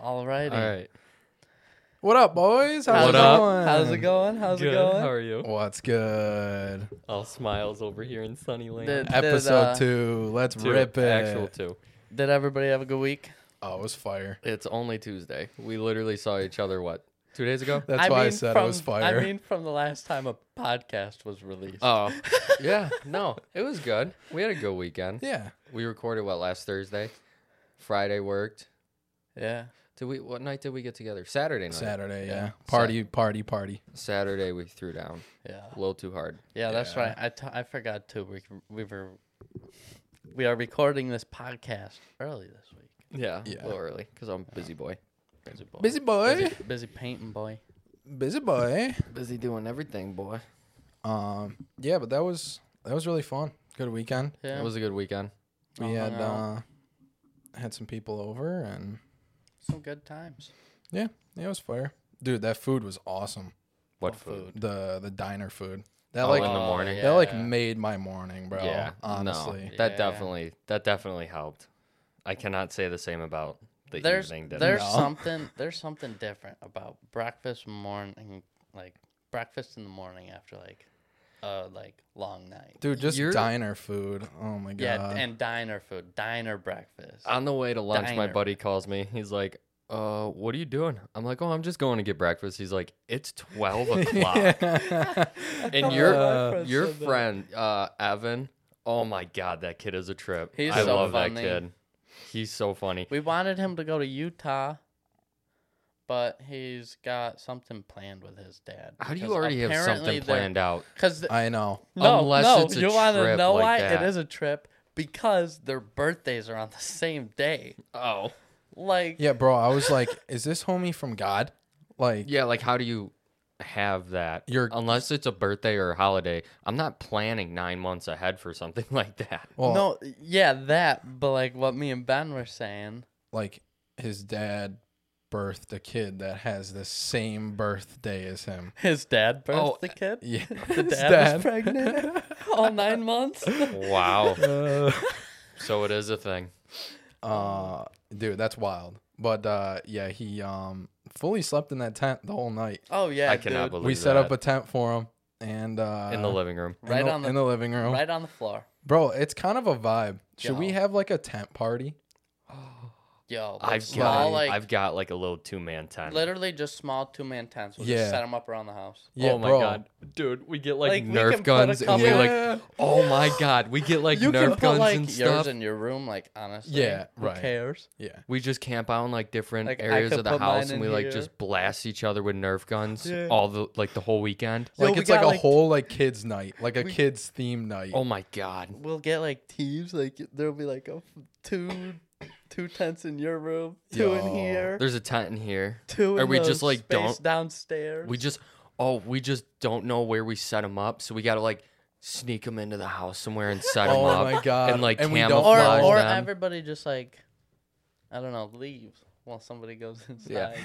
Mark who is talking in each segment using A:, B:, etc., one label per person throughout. A: All righty.
B: All right.
C: What up, boys? How's
B: What
C: it
B: up?
C: going?
A: How's it going? How's it
B: Good.
A: going?
B: How are you?
C: What's good?
B: All smiles over here in Sunny Lane.
A: Did, did,
C: Episode
A: uh,
C: two. Let's
B: Two,
C: rip it.
B: Actual two.
A: Did everybody have a good week?
C: Oh, it was fire.
B: It's only Tuesday. We literally saw each other what two days ago.
C: That's
A: I
C: why I
A: mean,
C: said
A: from,
C: it was fire.
A: I mean, from the last time a podcast was released.
B: Oh, yeah. No, it was good. We had a good weekend.
C: yeah.
B: We recorded what last Thursday. Friday worked.
A: yeah.
B: Did we? What night did we get together? Saturday night.
C: Saturday, yeah.
B: Yeah.
C: Party, party, party.
B: Saturday we threw down
A: Yeah.
B: a little too hard.
A: Yeah, that's
C: Yeah.
A: right. I, t- I forgot too. We, we were we are recording this podcast early this week.
B: Yeah,
C: Yeah.
B: a little early because I'm a busy boy.
A: Busy boy.
C: Busy boy.
A: Busy, busy painting boy.
C: Busy boy.
B: Busy doing everything, boy.
C: Um, yeah, but that was that was really fun. Good weekend.
A: Yeah.
B: It was a good weekend.
C: We
B: Oh,
A: All
C: had
A: hung out.
C: uh, had some people over, and
A: some good times.
C: yeah, it was fire. Dude, that food was awesome.
B: What
A: Oh,
B: food?
C: The the diner food. That
B: Oh,
C: like
B: in the
A: Oh,
B: morning.
C: that like
A: yeah.
C: made my morning, bro.
B: Yeah,
C: honestly.
B: no, that
A: Yeah.
B: definitely that definitely helped. I cannot say the same about the
A: there's
B: evening dinner.
A: there's
C: No.
A: something there's something different about breakfast morning like breakfast in the morning after like a like long night.
C: Dude, just
B: You're-
C: diner food. Oh my god.
A: yeah, and diner food, diner breakfast.
B: On the way to lunch, my
A: Diner.
B: buddy calls me. He's like, "Uh, what are you doing?" I'm like, "Oh, I'm just going to get breakfast." He's like, "It's twelve o'clock."
C: Yeah.
B: And
A: thought
B: your
A: my friend
B: your
A: said that.
B: friend uh, Evan, oh my god, that kid is a trip.
A: He's
B: I
A: so
B: love
A: funny.
B: that kid. He's so funny.
A: we wanted him to go to Utah, but he's got something planned with his dad.
B: How do you already have something planned out?
A: Because
C: I know.
A: no,
B: Unless
A: no,
B: it's a
A: you wanna
B: trip
A: know
B: like
A: why
B: that.
A: it is a trip because their birthdays are on the same day.
B: Oh,
A: Like
C: Yeah, bro. I was like, is this homie from God? Like,
B: yeah. Like, how do you have that?
C: You're-
B: unless it's a birthday or a holiday. I'm not planning nine months ahead for something like that.
C: well,
A: no, yeah, that. But like what me and Ben were saying,
C: like his dad birthed a kid that has the same birthday as him.
A: his dad birthed
B: Oh,
A: the kid.
C: Yeah,
A: The
C: his
A: dad, was pregnant all nine months.
B: Wow.
C: Uh,
B: so it is a thing.
C: uh, dude, that's wild. But uh, yeah, he um fully slept in that tent the whole night.
A: Oh yeah,
B: I cannot
A: dude.
B: believe
C: We set up a
B: that.
C: tent for him, and uh,
B: in the living room.
C: in
A: Right on the-
C: in the living room,
A: right on the floor.
C: bro. It's kind of a vibe. Should we
A: Yo.
C: have like a tent party?
A: Yo, but
B: I've
A: small,
B: got
A: like
B: I've got like a little two man tent.
A: literally just small two man tents. We
C: Yeah.
A: just set them up around the house.
C: Yeah,
B: oh my
C: bro.
B: god, dude, we get like,
A: Like, we can put
B: Nerf
A: a
B: guns and we
A: couple-
B: like, oh my god, we get like
C: You can
B: Nerf
C: put,
B: guns
A: like
B: and
A: yours
B: stuff.
A: in your room, like honestly.
C: Yeah,
A: who
C: right.
A: cares?
C: Yeah.
B: we just camp out in like different
A: Like, I
B: areas
A: could
B: of the
A: put mine
B: house and
A: in
B: we like
A: here.
B: just blast each other with Nerf guns
A: Yeah.
B: all the like the whole weekend.
A: Yo,
C: like
A: we
C: it's like a
A: got, like-
C: whole like kids night, like a
A: We-
C: kids theme night.
B: Oh my god,
A: We'll get like teams. Like there'll be like a f- two, two tents in your room, two in
C: Yo.
A: here,
B: there's a tent in here.
A: two.
B: Or
A: in
B: we
A: the
B: just, like,
A: space
B: don't-
A: downstairs.
B: We just oh we just don't know where we set them up, so we gotta like sneak them into the house somewhere and set them
C: Oh
B: up.
C: my god!
B: and, like,
C: we don't
A: or
B: camouflage
C: know.
A: or
B: them.
A: everybody just like, I don't know, leaves while somebody goes inside.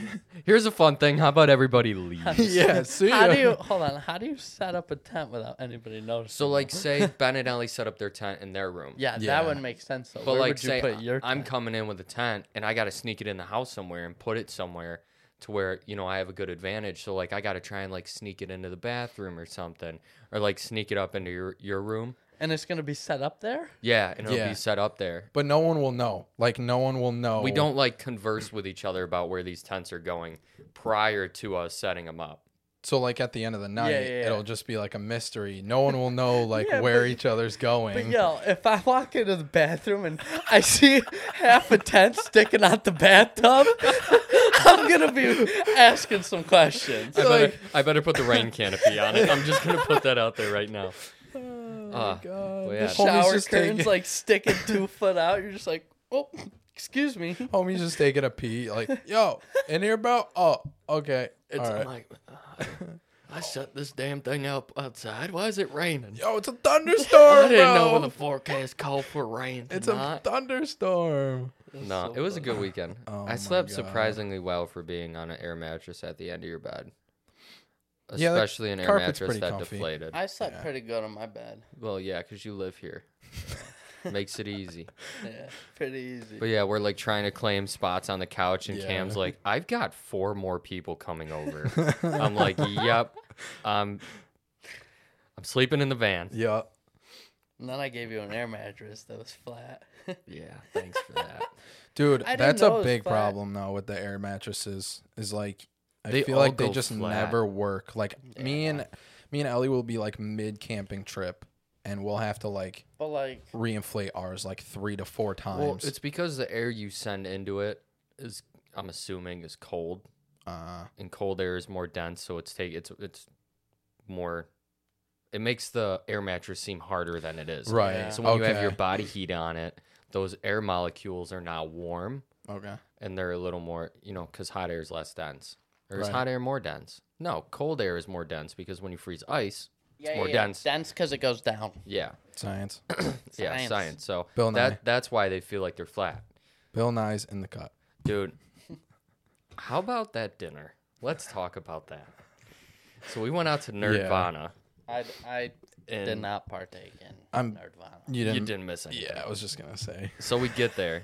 B: Here's a fun thing. How about everybody leaves?
C: yeah. See
A: How
C: ya.
A: do you hold on? How do you set up a tent without anybody noticing?
B: So like say Ben and Ellie set up their tent in their room.
A: yeah,
C: Yeah.
A: that would make sense. Though.
B: But
A: Where
B: like
A: would you
B: say
A: put your
B: I'm
A: tent?
B: coming in with a tent and I gotta sneak it in the house somewhere and put it somewhere to where, you know, I have a good advantage. So like I gotta try and like sneak it into the bathroom or something. Or like sneak it up into your, your room.
A: and it's gonna be set up there.
B: Yeah, and it'll
C: Yeah.
B: be set up there.
C: But no one will know. Like no one will know.
B: We don't like converse with each other about where these tents are going prior to us setting them up.
C: So like at the end of the night,
A: yeah, yeah.
C: it'll just be like a mystery. No one will know like
A: Yeah,
C: where
A: but-
C: each other's
A: But
C: going.
A: yo, if I walk into the bathroom and I see half a tent sticking out the bathtub, I'm gonna be asking some questions.
B: I better, I better put the rain canopy on it. I'm just gonna put that out there right now. Uh,
C: Oh God.
B: well, yeah.
C: Homie's
A: Shower curtains
C: just taking,
A: like sticking two foot out. You're just like, oh, excuse me.
C: homie's just taking a pee. Like yo, in here, bro. Oh, okay. All right.
B: like, uh, I set this damn thing up outside. Why is it raining?
C: yo, it's a
A: Oh,
C: thunderstorm, bro.
B: forecast called for rain.
C: it's a thunderstorm.
B: no, it was a good weekend.
C: Oh my
B: I slept
C: God.
B: surprisingly well for being on an air mattress at the end of your bed,
C: Yeah, the
B: especially an air
C: carpet's
B: mattress
C: pretty
B: that
C: comfy.
B: deflated.
A: I slept pretty good on my bed.
B: well, yeah, because you live here. Makes it easy.
A: Yeah, pretty easy.
B: But yeah, we're like trying to claim spots on the couch, and
C: Yeah.
B: Cam's like, I've got four more people coming over. I'm like, yep. Um, I'm sleeping in the van.
C: yeah.
A: And then I gave you an air mattress that was flat.
B: Yeah, thanks for that.
C: Dude,
A: I didn't
C: that's
A: know it
C: a
A: was
C: big
A: flat.
C: problem though with the air mattresses. Is like I
B: They
C: feel
B: all
C: like they
B: go
C: just
B: flat.
C: never work. Like me and me and Ellie will be like mid camping trip, and we'll have to like
A: But like,
C: reinflate ours like three to four times.
B: Well, it's because the air you send into it is, I'm assuming, is cold,
C: uh,
B: and cold air is more dense, so it's take it's it's more. It makes the air mattress seem harder than it is.
C: right.
A: Yeah.
B: So when you have your
C: Okay.
B: body heat on it, those air molecules are now warm.
C: okay,
B: and they're a little more, you know, because hot air is less dense. Or is
C: Right.
B: hot air more dense? No, cold air is more dense because when you freeze ice,
A: yeah,
B: more
A: yeah,
B: dense.
A: dense because it goes down.
B: yeah,
C: science.
B: yeah,
A: Science.
B: science. So
C: Bill Nye.
B: that that's why they feel like they're flat,
C: Bill Nye's in the cut.
B: dude. how about that dinner? Let's talk about that. So we went out to Nirvana.
A: I, I did
B: And-
A: not partake in
C: I'm-
A: Nerdvana.
C: You didn't.
B: You didn't miss anything.
C: Yeah, I was just gonna say.
B: So we get there,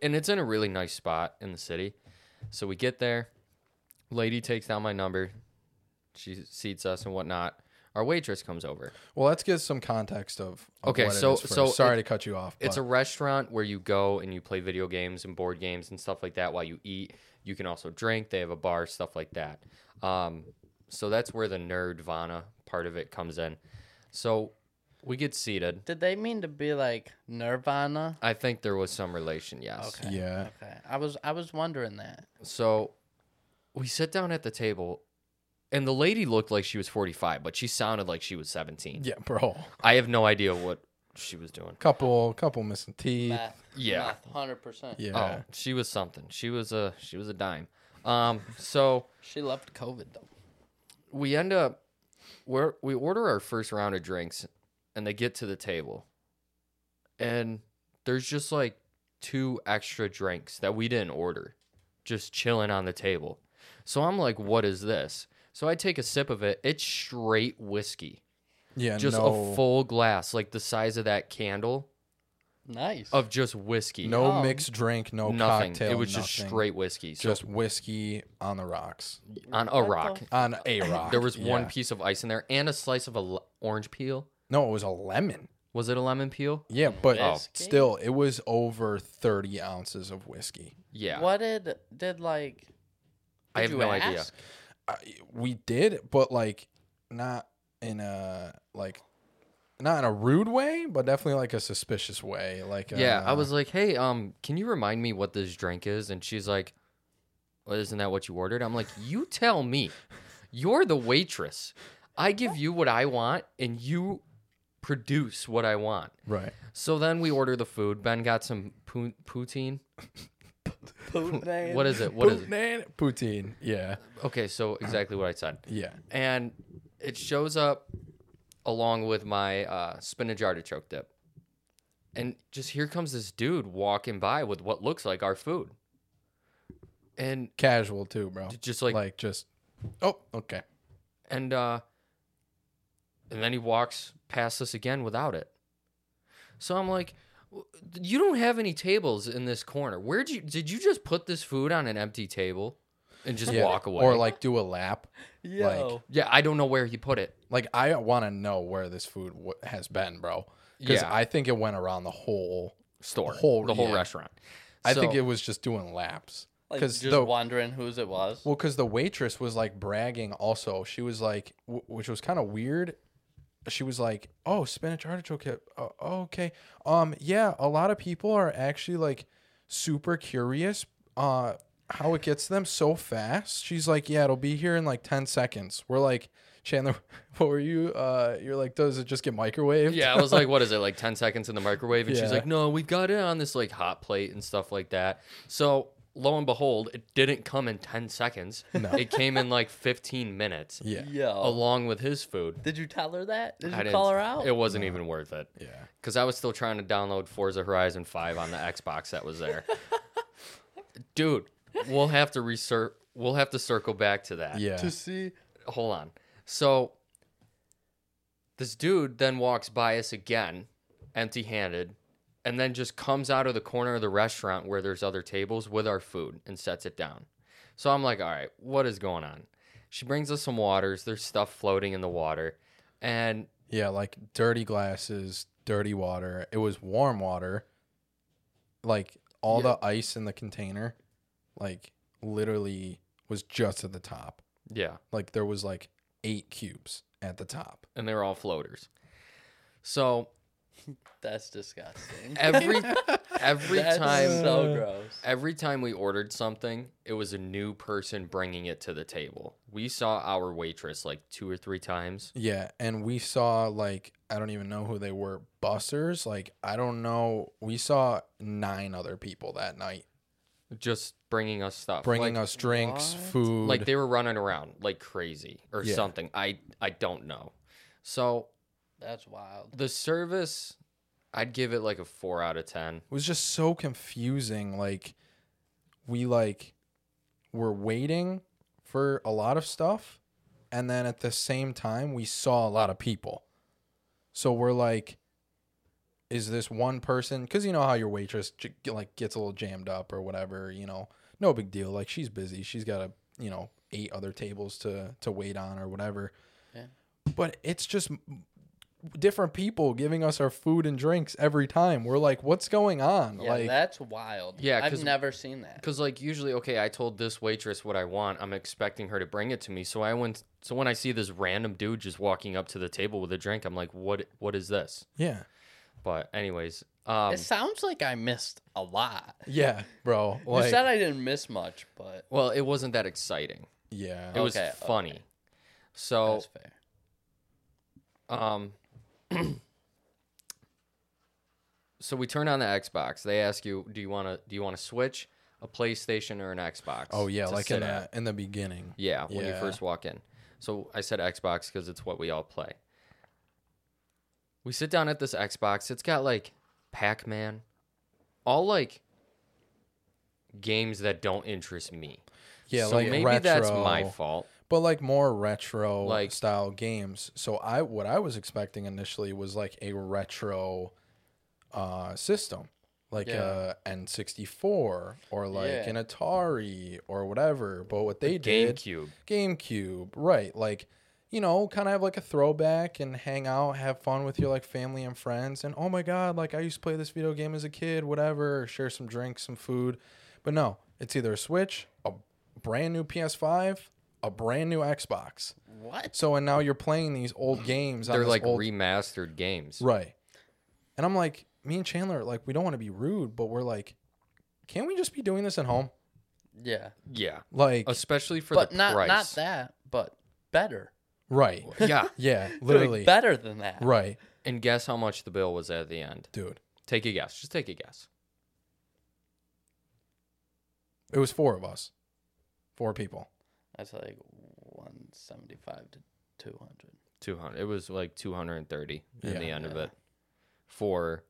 B: and it's in a really nice spot in the city. So we get there. Lady takes down my number. She seats us and whatnot. Our waitress comes over.
C: Well, let's give some context of, of
B: Okay,
C: what it
B: so-
C: is first.
B: so
C: sorry
B: it-
C: to cut you off.
B: It's a
C: but
B: restaurant where you go and you play video games and board games and stuff like that while you eat. You can also drink. They have a bar, stuff like that. Um, so that's where the nerdvana part of it comes in. So we get seated.
A: Did they mean to be like Nirvana?
B: I think there was some relation, yes.
A: Okay.
C: yeah.
A: Okay, I was I was wondering that.
B: So we sit down at the table, and the lady looked like she was 45, but she sounded like she was 17.
C: Yeah, bro.
B: I have no idea what she was doing.
C: Couple, couple missing teeth.
B: Yeah.
A: hundred percent.
C: Yeah.
B: Oh, she was something. She was a she was a dime. Um, so
A: She loved COVID though.
B: we end up where we order our first round of drinks and they get to the table and there's just like two extra drinks that we didn't order just chilling on the table so i'm like what is this so i take a sip of it it's straight whiskey
C: Yeah,
B: just
C: no,
B: a full glass like the size of that candle
A: Nice.
B: of just whiskey
C: no
A: Oh.
C: mixed drink, no
B: nothing
C: cocktail.
B: it was
C: nothing.
B: just straight whiskey so
C: just whiskey on the rocks,
B: on a
A: What the
B: rock
A: f-
C: on a rock.
B: there was one
C: yeah.
B: piece of ice in there and a slice of a l- orange peel
C: No, it was a lemon.
B: was it a lemon peel
C: Yeah, but
A: Oh.
C: still, it was over thirty ounces of whiskey.
B: yeah
A: What did did like?
B: I
A: did
B: have
A: you
B: no idea.
A: ask?
C: I, we did, but like not in a like not in a rude way, but definitely like a suspicious way. Like
B: Yeah, I
C: uh,
B: was like, "Hey, um, can you remind me what this drink is?" And she's like, well, "Isn't that what you ordered?" I'm like, "You tell me. You're the waitress. I give you what I want, and you produce what I want."
C: right.
B: So then we order the food. Ben got some pu- poutine.
A: Putin.
B: What is it? What is it?
C: Poutine, poutine. Yeah,
B: Okay, so exactly what I said.
C: yeah.
B: and it shows up along with my uh, spinach artichoke dip. And just here comes this dude walking by with what looks like our food, and
C: Casual too, bro.
B: just
C: Like,
B: like,
C: just oh okay.
B: and uh, and then he walks past us again without it. So I'm like, "W- you don't have any tables in this corner. Where'd you did you just put this food on an empty table and just
C: Yeah.
B: walk away?
C: or like do a lap.
A: Yo.
B: yeah, I don't know where he put it.
C: Like I want to know where this food w- has been, bro. Because
B: Yeah.
C: I think it went around the whole.
B: Store,
C: Whole-
B: the whole
C: yeah.
B: restaurant.
C: I think
B: So-
C: it was just doing laps.
A: Like,
C: Because
A: just wondering whose it was.
C: Well, because the waitress was like bragging. Also, she was like, w- which was kind of weird. She was like, "Oh, spinach artichoke. hip. Oh, oh, okay. Um, yeah. A lot of people are actually like super curious. Uh, how it gets to them so fast. She's like, yeah, it'll be here in like ten seconds. We're like, Chandler, what were you? Uh, you're like, does it just get microwaved?
B: Yeah, I was like, what is it, like 10 seconds in the microwave? And she's
C: Yeah.
B: like, no, we've got it on this like hot plate and stuff like that. So lo and behold, it didn't come in 10 seconds.
C: No.
B: It came in like 15 minutes
C: yeah,
A: Yo.
B: along with his food.
A: Did you tell her that? Did
B: I
A: you
B: didn't-
A: call her out?
B: It wasn't even worth it.
C: yeah.
B: Because I was still trying to download Forza Horizon 5 on the Xbox that was there. Dude, we'll have to recir- We'll have to circle back to that.
C: Yeah.
A: to see.
B: hold on. So this dude then walks by us again empty handed, and then just comes out of the corner of the restaurant where there's other tables with our food and sets it down. So I'm like, all right, what is going on? She brings us some waters. There's stuff floating in the water. And
C: Yeah, like dirty glasses, dirty water. It was warm water. Like all the ice in the container, like literally was just at the top.
B: yeah,
C: Like there was like eight cubes at the top.
B: and they were all floaters. So
A: That's disgusting.
B: every every
A: That's
B: time
A: so gross.
B: Every time we ordered something, it was a new person bringing it to the table. We saw our waitress like two or three times.
C: Yeah, and we saw like I don't even know who they were. Busters, like I don't know. We saw nine other people that night
B: just bringing us stuff
C: bringing
B: like,
C: us drinks,
A: what?
C: food.
B: like they were running around like crazy or
C: Yeah.
B: something i i don't know so
A: That's wild.
B: the service i'd give it like a four out of ten
C: It was just so confusing. Like we like were waiting for a lot of stuff and then at the same time we saw a lot of people. So we're like is this one person cuz you know how your waitress j- like gets a little jammed up or whatever, you know. No big deal. Like she's busy. She's got a, you know, eight other tables to to wait on or whatever.
A: Yeah.
C: But it's just m- different people giving us our food and drinks every time. We're like, what's going on?
A: Yeah,
C: like
A: that's wild.
B: Yeah,
A: I've
B: 'cause-
A: never seen that.
B: because like usually okay i told this waitress what i want i'm expecting her to bring it to me so i went so when i see this random dude just walking up to the table with a drink i'm like what what is this
C: Yeah.
B: but anyways um
A: it sounds like I missed a lot.
C: Yeah, bro.
A: you
C: Like
A: said I didn't miss much, but
B: well it wasn't that exciting
C: yeah.
B: it was
A: Okay,
B: funny so
A: that's fair.
B: Um, so we turn on the Xbox. They ask you, "Do you want to? Do you want to switch a PlayStation or an Xbox?"
C: oh yeah,
B: to
C: like in
B: sit
C: the
B: at?"
C: in the beginning.
B: yeah, when you
C: Yeah.
B: first walk in. So I said Xbox because it's what we all play. We sit down at this Xbox. It's got like Pac Man, all like games that don't interest me.
C: Yeah,
B: so
C: like
B: maybe
C: retro,
B: that's my fault.
C: but like more retro
B: Like-
C: like style games. So I what I was expecting initially was like a retro uh system. Like
A: Yeah.
C: a N64 or like
A: Yeah.
C: an Atari or whatever. But what they did
B: GameCube.
C: GameCube, right? Like, you know, kind of have like a throwback and hang out, have fun with your like family and friends. And oh my God, like I used to play this video game as a kid, whatever, share some drinks, some food. But no, it's either a Switch, a brand new PS5, a brand new Xbox.
A: What?
C: So, and now you're playing these old games. on
B: They're
C: this
B: like
C: old
B: remastered games.
C: Right. And I'm like, me and Chandler, like, we don't want to be rude, but we're like, can't we just be doing this at home?
A: Yeah,
B: Yeah,
C: Like,
B: especially for
A: but
B: the
A: not
B: price.
A: not that, but better.
C: right.
B: yeah.
C: Yeah,
A: Doing
C: literally.
A: better than that.
C: Right.
B: And guess how much the bill was at the end?
C: Dude,
B: Take a guess. Just take a guess.
C: it was four of us, four people.
A: That's like one seventy five to two hundred.
B: 200. It was like 230 in
C: Yeah.
B: the end of
A: Yeah.
B: it. For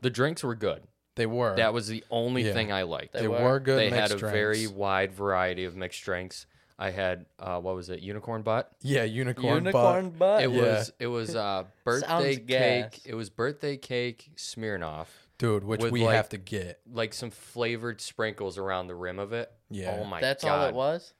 B: the drinks were good.
C: They were.
B: That was the only
C: Yeah.
B: thing I liked.
A: They
C: they
A: were.
C: were good.
B: They had
C: mixed
B: a
C: drinks.
B: very wide variety of mixed drinks. I had uh, what was it? Unicorn butt.
C: yeah unicorn,
A: Unicorn
C: butt.
A: butt.
B: It
C: Yeah.
B: was it was uh, birthday
A: gas.
B: cake. It was birthday cake Smirnoff,
C: dude, which
B: with,
C: we
B: like-
C: have to get.
B: like some flavored sprinkles around the rim of it.
C: Yeah,
B: Oh my
A: That's
B: god!
A: all it was.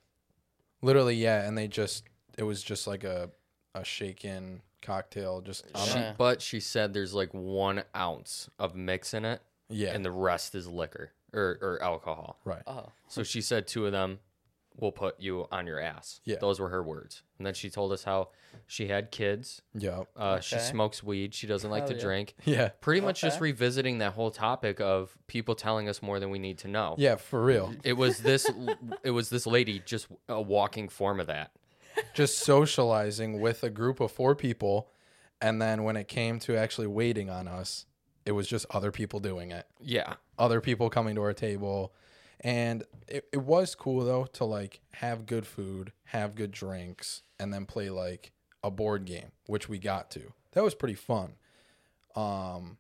C: literally, yeah. And they just it was just like a a shaken cocktail. Just on
B: She,
C: the-
A: Yeah.
B: But she said there's like one ounce of mix in it.
C: yeah,
B: and the rest is liquor or, or alcohol.
C: right.
A: Oh,
B: So she said two of them will put you on your ass.
C: Yeah.
B: Those were her words. And then she told us how she had kids.
C: Yeah,
B: Uh, She
A: Okay.
B: smokes weed. She doesn't like
A: Hell
B: to
A: yeah.
B: drink.
C: yeah,
B: Pretty much just
A: Okay.
B: revisiting that whole topic of people telling us more than we need to know.
C: yeah. For real,
B: It was this. it was this lady just a walking form of that.
C: just socializing with a group of four people, and then when it came to actually waiting on us, it was just other people doing it.
B: Yeah.
C: other people coming to our table. And it, it was cool though to like have good food, have good drinks, and then play like a board game, which we got to. That was pretty fun. Um,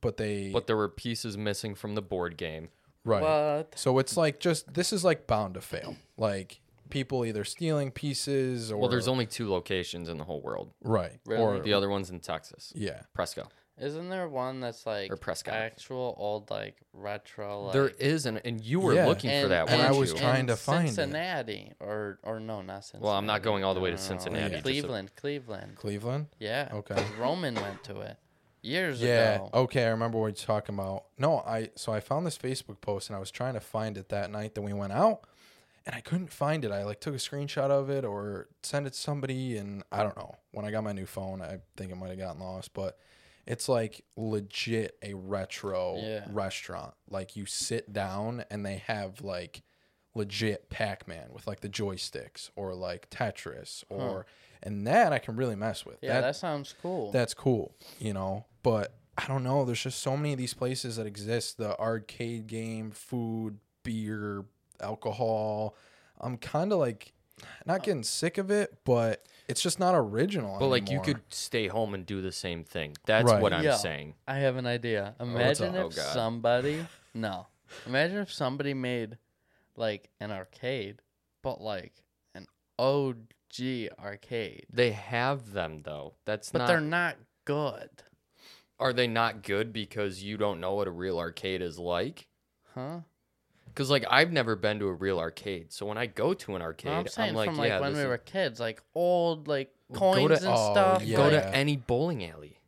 C: but they
B: But there were pieces missing from the board game.
C: right.
A: what?
C: So it's like just this is like bound to fail. Like people either stealing pieces or
B: Well, there's only two locations in the whole world.
C: right
A: Really?
C: or
B: The other one's in Texas,
C: yeah
B: Presco.
A: Isn't there one that's like
B: Or Prescott.
A: actual old like retro? Like,
B: there is an, and you were
C: Yeah.
B: looking for that.
C: and
B: weren't
C: I was
B: you?
C: trying to find it.
A: Cincinnati or or no, not Cincinnati.
B: Well, I'm not going all the way to
A: No, no, no,
B: Cincinnati, just a-
A: Cleveland, Cleveland.
C: Cleveland.
A: Yeah.
C: Okay.
A: 'cause Roman went to it years
C: Yeah. Oh,
A: ago.
C: Okay, I remember what you're talking about. No, I so I found this Facebook post and I was trying to find it that night that we went out, and I couldn't find it. I like took a screenshot of it or sent it to somebody, and I don't know. When I got my new phone, I think it might have gotten lost, but it's like legit a retro
A: Yeah.
C: restaurant. Like you sit down and they have like legit Pac-Man with like the joysticks or like Tetris or and that I can really mess with.
A: Yeah,
C: That-
A: that sounds cool.
C: that's cool, you know. But I don't know. There's just so many of these places that exist: the arcade game, food, beer, alcohol. I'm kind of like not getting sick of it, but it's just not original.
B: But like you
C: anymore.
B: could stay home and do the same thing. That's
C: Right.
B: what I'm
A: Yeah.
B: saying.
A: I have an idea.
B: what's
A: Imagine
B: up?
A: if
B: Oh, God.
A: somebody no. Imagine if somebody made like an arcade, but like an OG arcade.
B: They have them though. That's
A: But
B: not.
A: they're not good.
B: Are they not good because you don't know what a real arcade is like?
A: Huh?
B: Because like I've never been to a real arcade, so when I go to an arcade,
A: No, I'm
B: I'm,
A: saying
B: like,
A: from like
B: yeah,
A: when
B: this
A: we
B: is-
A: were kids, like old like
B: go to-
A: coins and
C: oh,
A: stuff.
C: yeah.
B: go
A: like,
B: to any bowling alley.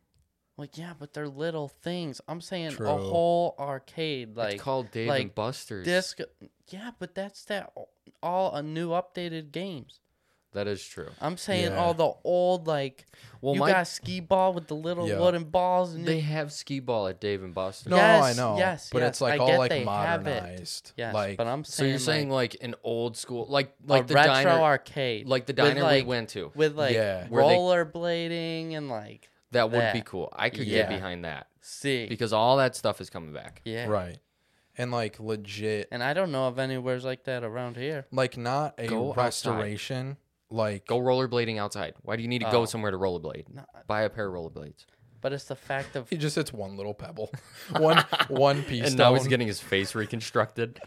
A: like, yeah, but they're little things. I'm saying
C: True.
A: a whole arcade like
B: it's called Dave
A: like
B: and Buster's.
A: disc. Yeah, but that's that all uh, new updated games.
B: That is true.
A: I'm saying
C: Yeah.
A: all the old like
B: Well,
A: you
B: my
A: got skee ball with the little
C: Yeah.
A: wooden balls and
B: they
A: you,
B: have skee ball at Dave and Buster's.
C: No, I
A: Yes,
C: know.
A: yes,
C: but
A: yes,
C: it's like
A: I
C: all
A: get
C: like
A: they have it.
C: modernized.
A: yes,
C: like
A: but I'm
B: so
A: saying
B: you're saying
A: like,
B: like, an old school, like
A: a
B: like the
A: retro
B: diner,
A: arcade,
B: like the
A: with,
B: diner
A: like,
B: we went to.
A: with like
C: Yeah.
B: Where they-
A: rollerblading and like
B: That would be
A: that.
B: cool. I could
A: Yeah.
B: get behind that
A: see
B: because all that stuff is coming back.
A: yeah
C: right, and like legit,
A: And I don't know of anywhere's like that around here.
C: like not a
B: Go outside.
C: restoration. Like
B: Go rollerblading outside. Why do you need to go
A: Oh.
B: somewhere to rollerblade?
A: No,
B: Buy a pair of rollerblades.
A: but it's the fact of
C: it just it's one little pebble, one one piece.
B: And now he's
C: stone.
B: getting his face reconstructed.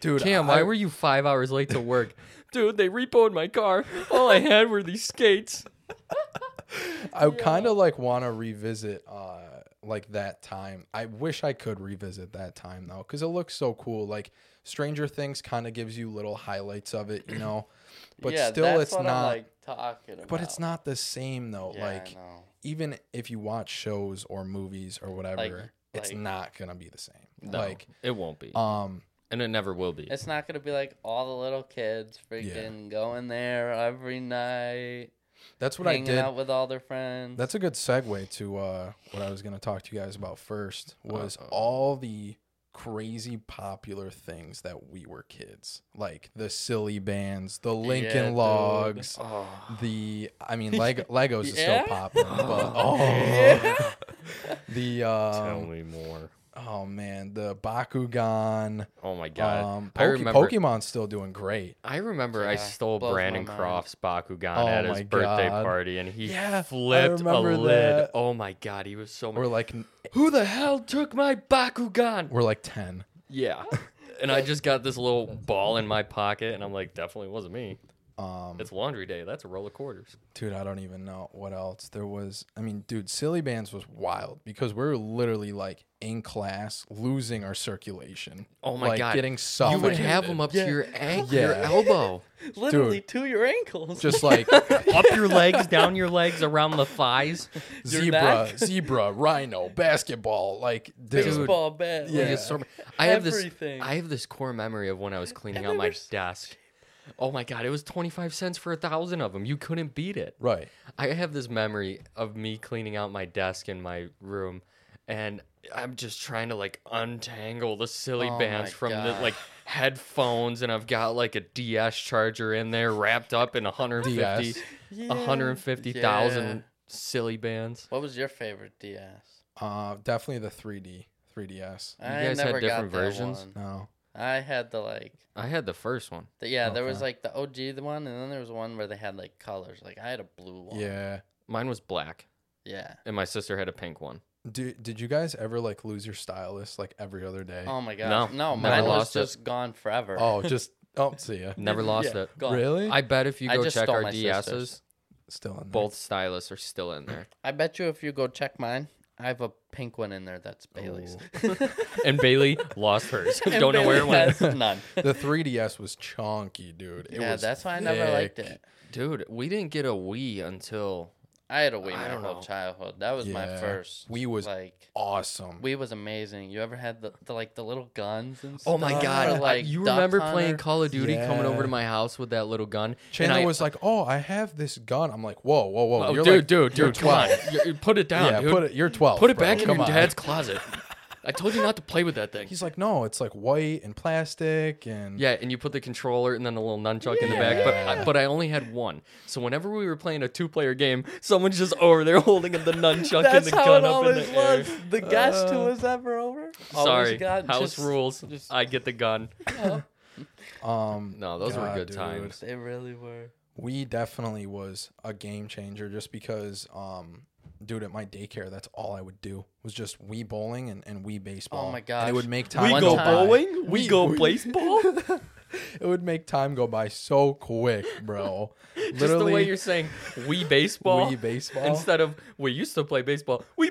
C: dude.
B: Cam,
C: I,
B: why were you five hours late to work? Dude, they repoed my car. All I had were these skates.
C: I kind of like want to revisit uh like that time. I wish I could revisit that time though cuz it looks so cool. Like Stranger Things kind of gives you little highlights of it, you know. But
A: yeah,
C: still
A: that's
C: it's
A: what
C: not
A: I'm, like talking about.
C: but it's not the same though.
A: Yeah, I
C: like
A: know.
C: even if you watch shows or movies or whatever, it's
A: like-
C: not going to be the same.
B: No,
C: Like
B: it won't be.
C: um
B: uh, and it never will be.
A: It's not gonna be like all the little kids freaking going there every night,
C: that's what I
A: hanging
C: did.
A: out with all their friends.
C: That's a good segue to uh, what I was going to talk to you guys about first was all the crazy popular things that we were kids, like the silly bands, the Lincoln
A: Yeah, dude.
C: Logs, the I mean Leg- Legos is still
A: Yeah?
C: popping, but oh,
A: Yeah.
C: the
B: Tell
C: um,
B: me more.
C: oh man, the Bakugan,
B: Oh my god.
C: um,
B: I
C: Poke-
B: remember
C: Pokemon's still doing great.
B: I remember I
A: Yeah,
B: stole
A: blows my
B: Brandon
A: mind.
B: Croft's Bakugan
C: Oh
B: at his
C: my
B: birthday
C: God.
B: party and he
C: Yeah, I
B: flipped a
C: remember
B: lid.
C: that.
B: Oh my god, he was so
C: We're like n-
B: Who the hell took my Bakugan?
C: we're like ten.
B: Yeah. And I just got this little ball in my pocket, and I'm like, definitely wasn't me.
C: Um,
B: It's laundry day. That's a roll of quarters.
C: Dude, I don't even know what else there was. I mean, dude, silly bands was wild because we were literally like in class losing our circulation.
B: Oh my
C: like,
B: God.
C: getting
B: You
C: suffocated.
B: would have them up to your ankle, your
C: Yeah.
B: elbow,
A: literally
C: dude.
A: to your ankles.
C: just like
B: up your legs, down your legs, around the thighs.
A: Your
C: zebra,
A: neck?
C: zebra, rhino, basketball, like dude,
A: baseball bat.
C: Yeah.
A: like,
B: Like, it's so- I have this.
A: Everything.
B: I have this core memory of when I was cleaning
A: And
B: out
A: they
B: my
A: were so
B: desk. Oh my god, it was 25 cents for a thousand of them. You couldn't beat it.
C: right?
B: I have this memory of me cleaning out my desk in my room, and I'm just trying to like untangle the silly
A: Oh
B: bands
A: my
B: from the
A: God.
B: like headphones, and I've got like a DS charger in there wrapped up in 150,
C: DS.
A: Yeah.
B: 150,000
A: Yeah.
B: silly bands.
A: What was your favorite DS?
C: Uh, definitely the 3D, 3ds.
A: You
B: guys had different versions?
C: No,
A: I had the like,
B: I had the first one.
A: the, yeah. There was
C: Okay.
A: like the OG the one, and then there was one where they had like colors. Like I had a blue one.
C: yeah.
B: Mine was black,
A: Yeah.
B: and my sister had a pink one.
C: Dude, did you guys ever like lose your stylus like every other day?
A: Oh my
B: No,
A: gosh.
B: no,
A: No,
B: I
A: mine was
B: lost it.
A: just gone forever.
C: oh, just oh, see ya.
B: Never lost it.
A: gone.
C: Really?
B: I bet if you
A: I
B: go
A: just
B: check
A: stole
B: our
A: my
B: DSs,
A: sister's.
C: still in there.
B: Both stylists are still in there.
A: I bet you if you go check mine, I have a pink one in there that's Bailey's.
B: And Bailey lost hers.
A: And
B: Don't know where it
A: Bailey
B: went.
A: has None.
C: The 3DS was chunky, dude. It
A: yeah,
C: was
A: that's why I never liked
C: thick.
A: it.
B: Dude, we didn't get a Wii until
A: I had a Wii
B: I
A: my
B: don't
A: whole
B: know.
A: childhood. That was my
C: Yeah.
A: first.
C: Wii was
A: like
C: awesome.
A: Wii was amazing. You ever had the, the like the little guns and stuff?
B: Oh my
A: Or,
B: god! I-
A: like
B: you
A: Duck
B: remember
A: Hunter?
B: playing Call of Duty, coming over
C: Yeah.
B: to my house with that little gun? and
C: Chandler
B: I-
C: was like, "Oh, I have this gun." I'm like, "Whoa, whoa, whoa!"
B: oh,
C: you're
B: dude,
C: like,
B: dude,
C: you're
B: dude, come on,
C: 12.
B: You- you put it down,
C: yeah,
B: dude.
C: put it. You're 12.
B: Put it
C: bro.
B: back in
C: Come
B: your
C: on.
B: dad's closet. I told you not to play with that thing.
C: He's like, "No, it's like white and plastic and
B: Yeah, and you put the controller and then a little nunchuck in the back, but I, but I only had one. So whenever we were playing a two-player game, someone's just over there holding the nunchuck and
A: That's
B: the
A: how it
B: gun up in
A: always
B: the air. Uh,
A: was. The guest who was ever over. always
B: Sorry,
A: got
B: house
A: just-
B: rules.
A: just-
B: I get the gun.
C: um."
B: No, those were
C: God,
B: good
C: dude.
B: times.
A: They really were.
C: we definitely was a game changer just because um dude at my daycare that's all i would do was just wee bowling and, and wee baseball
A: Oh my
C: and
A: gosh.
C: it would make
A: We
C: time
A: go
C: by.
A: bowling?
B: We go baseball.
C: it would make time go by so quick bro
B: Just the way
C: literally
B: you're saying we baseball,
C: wee baseball
B: instead of we used to play baseball, we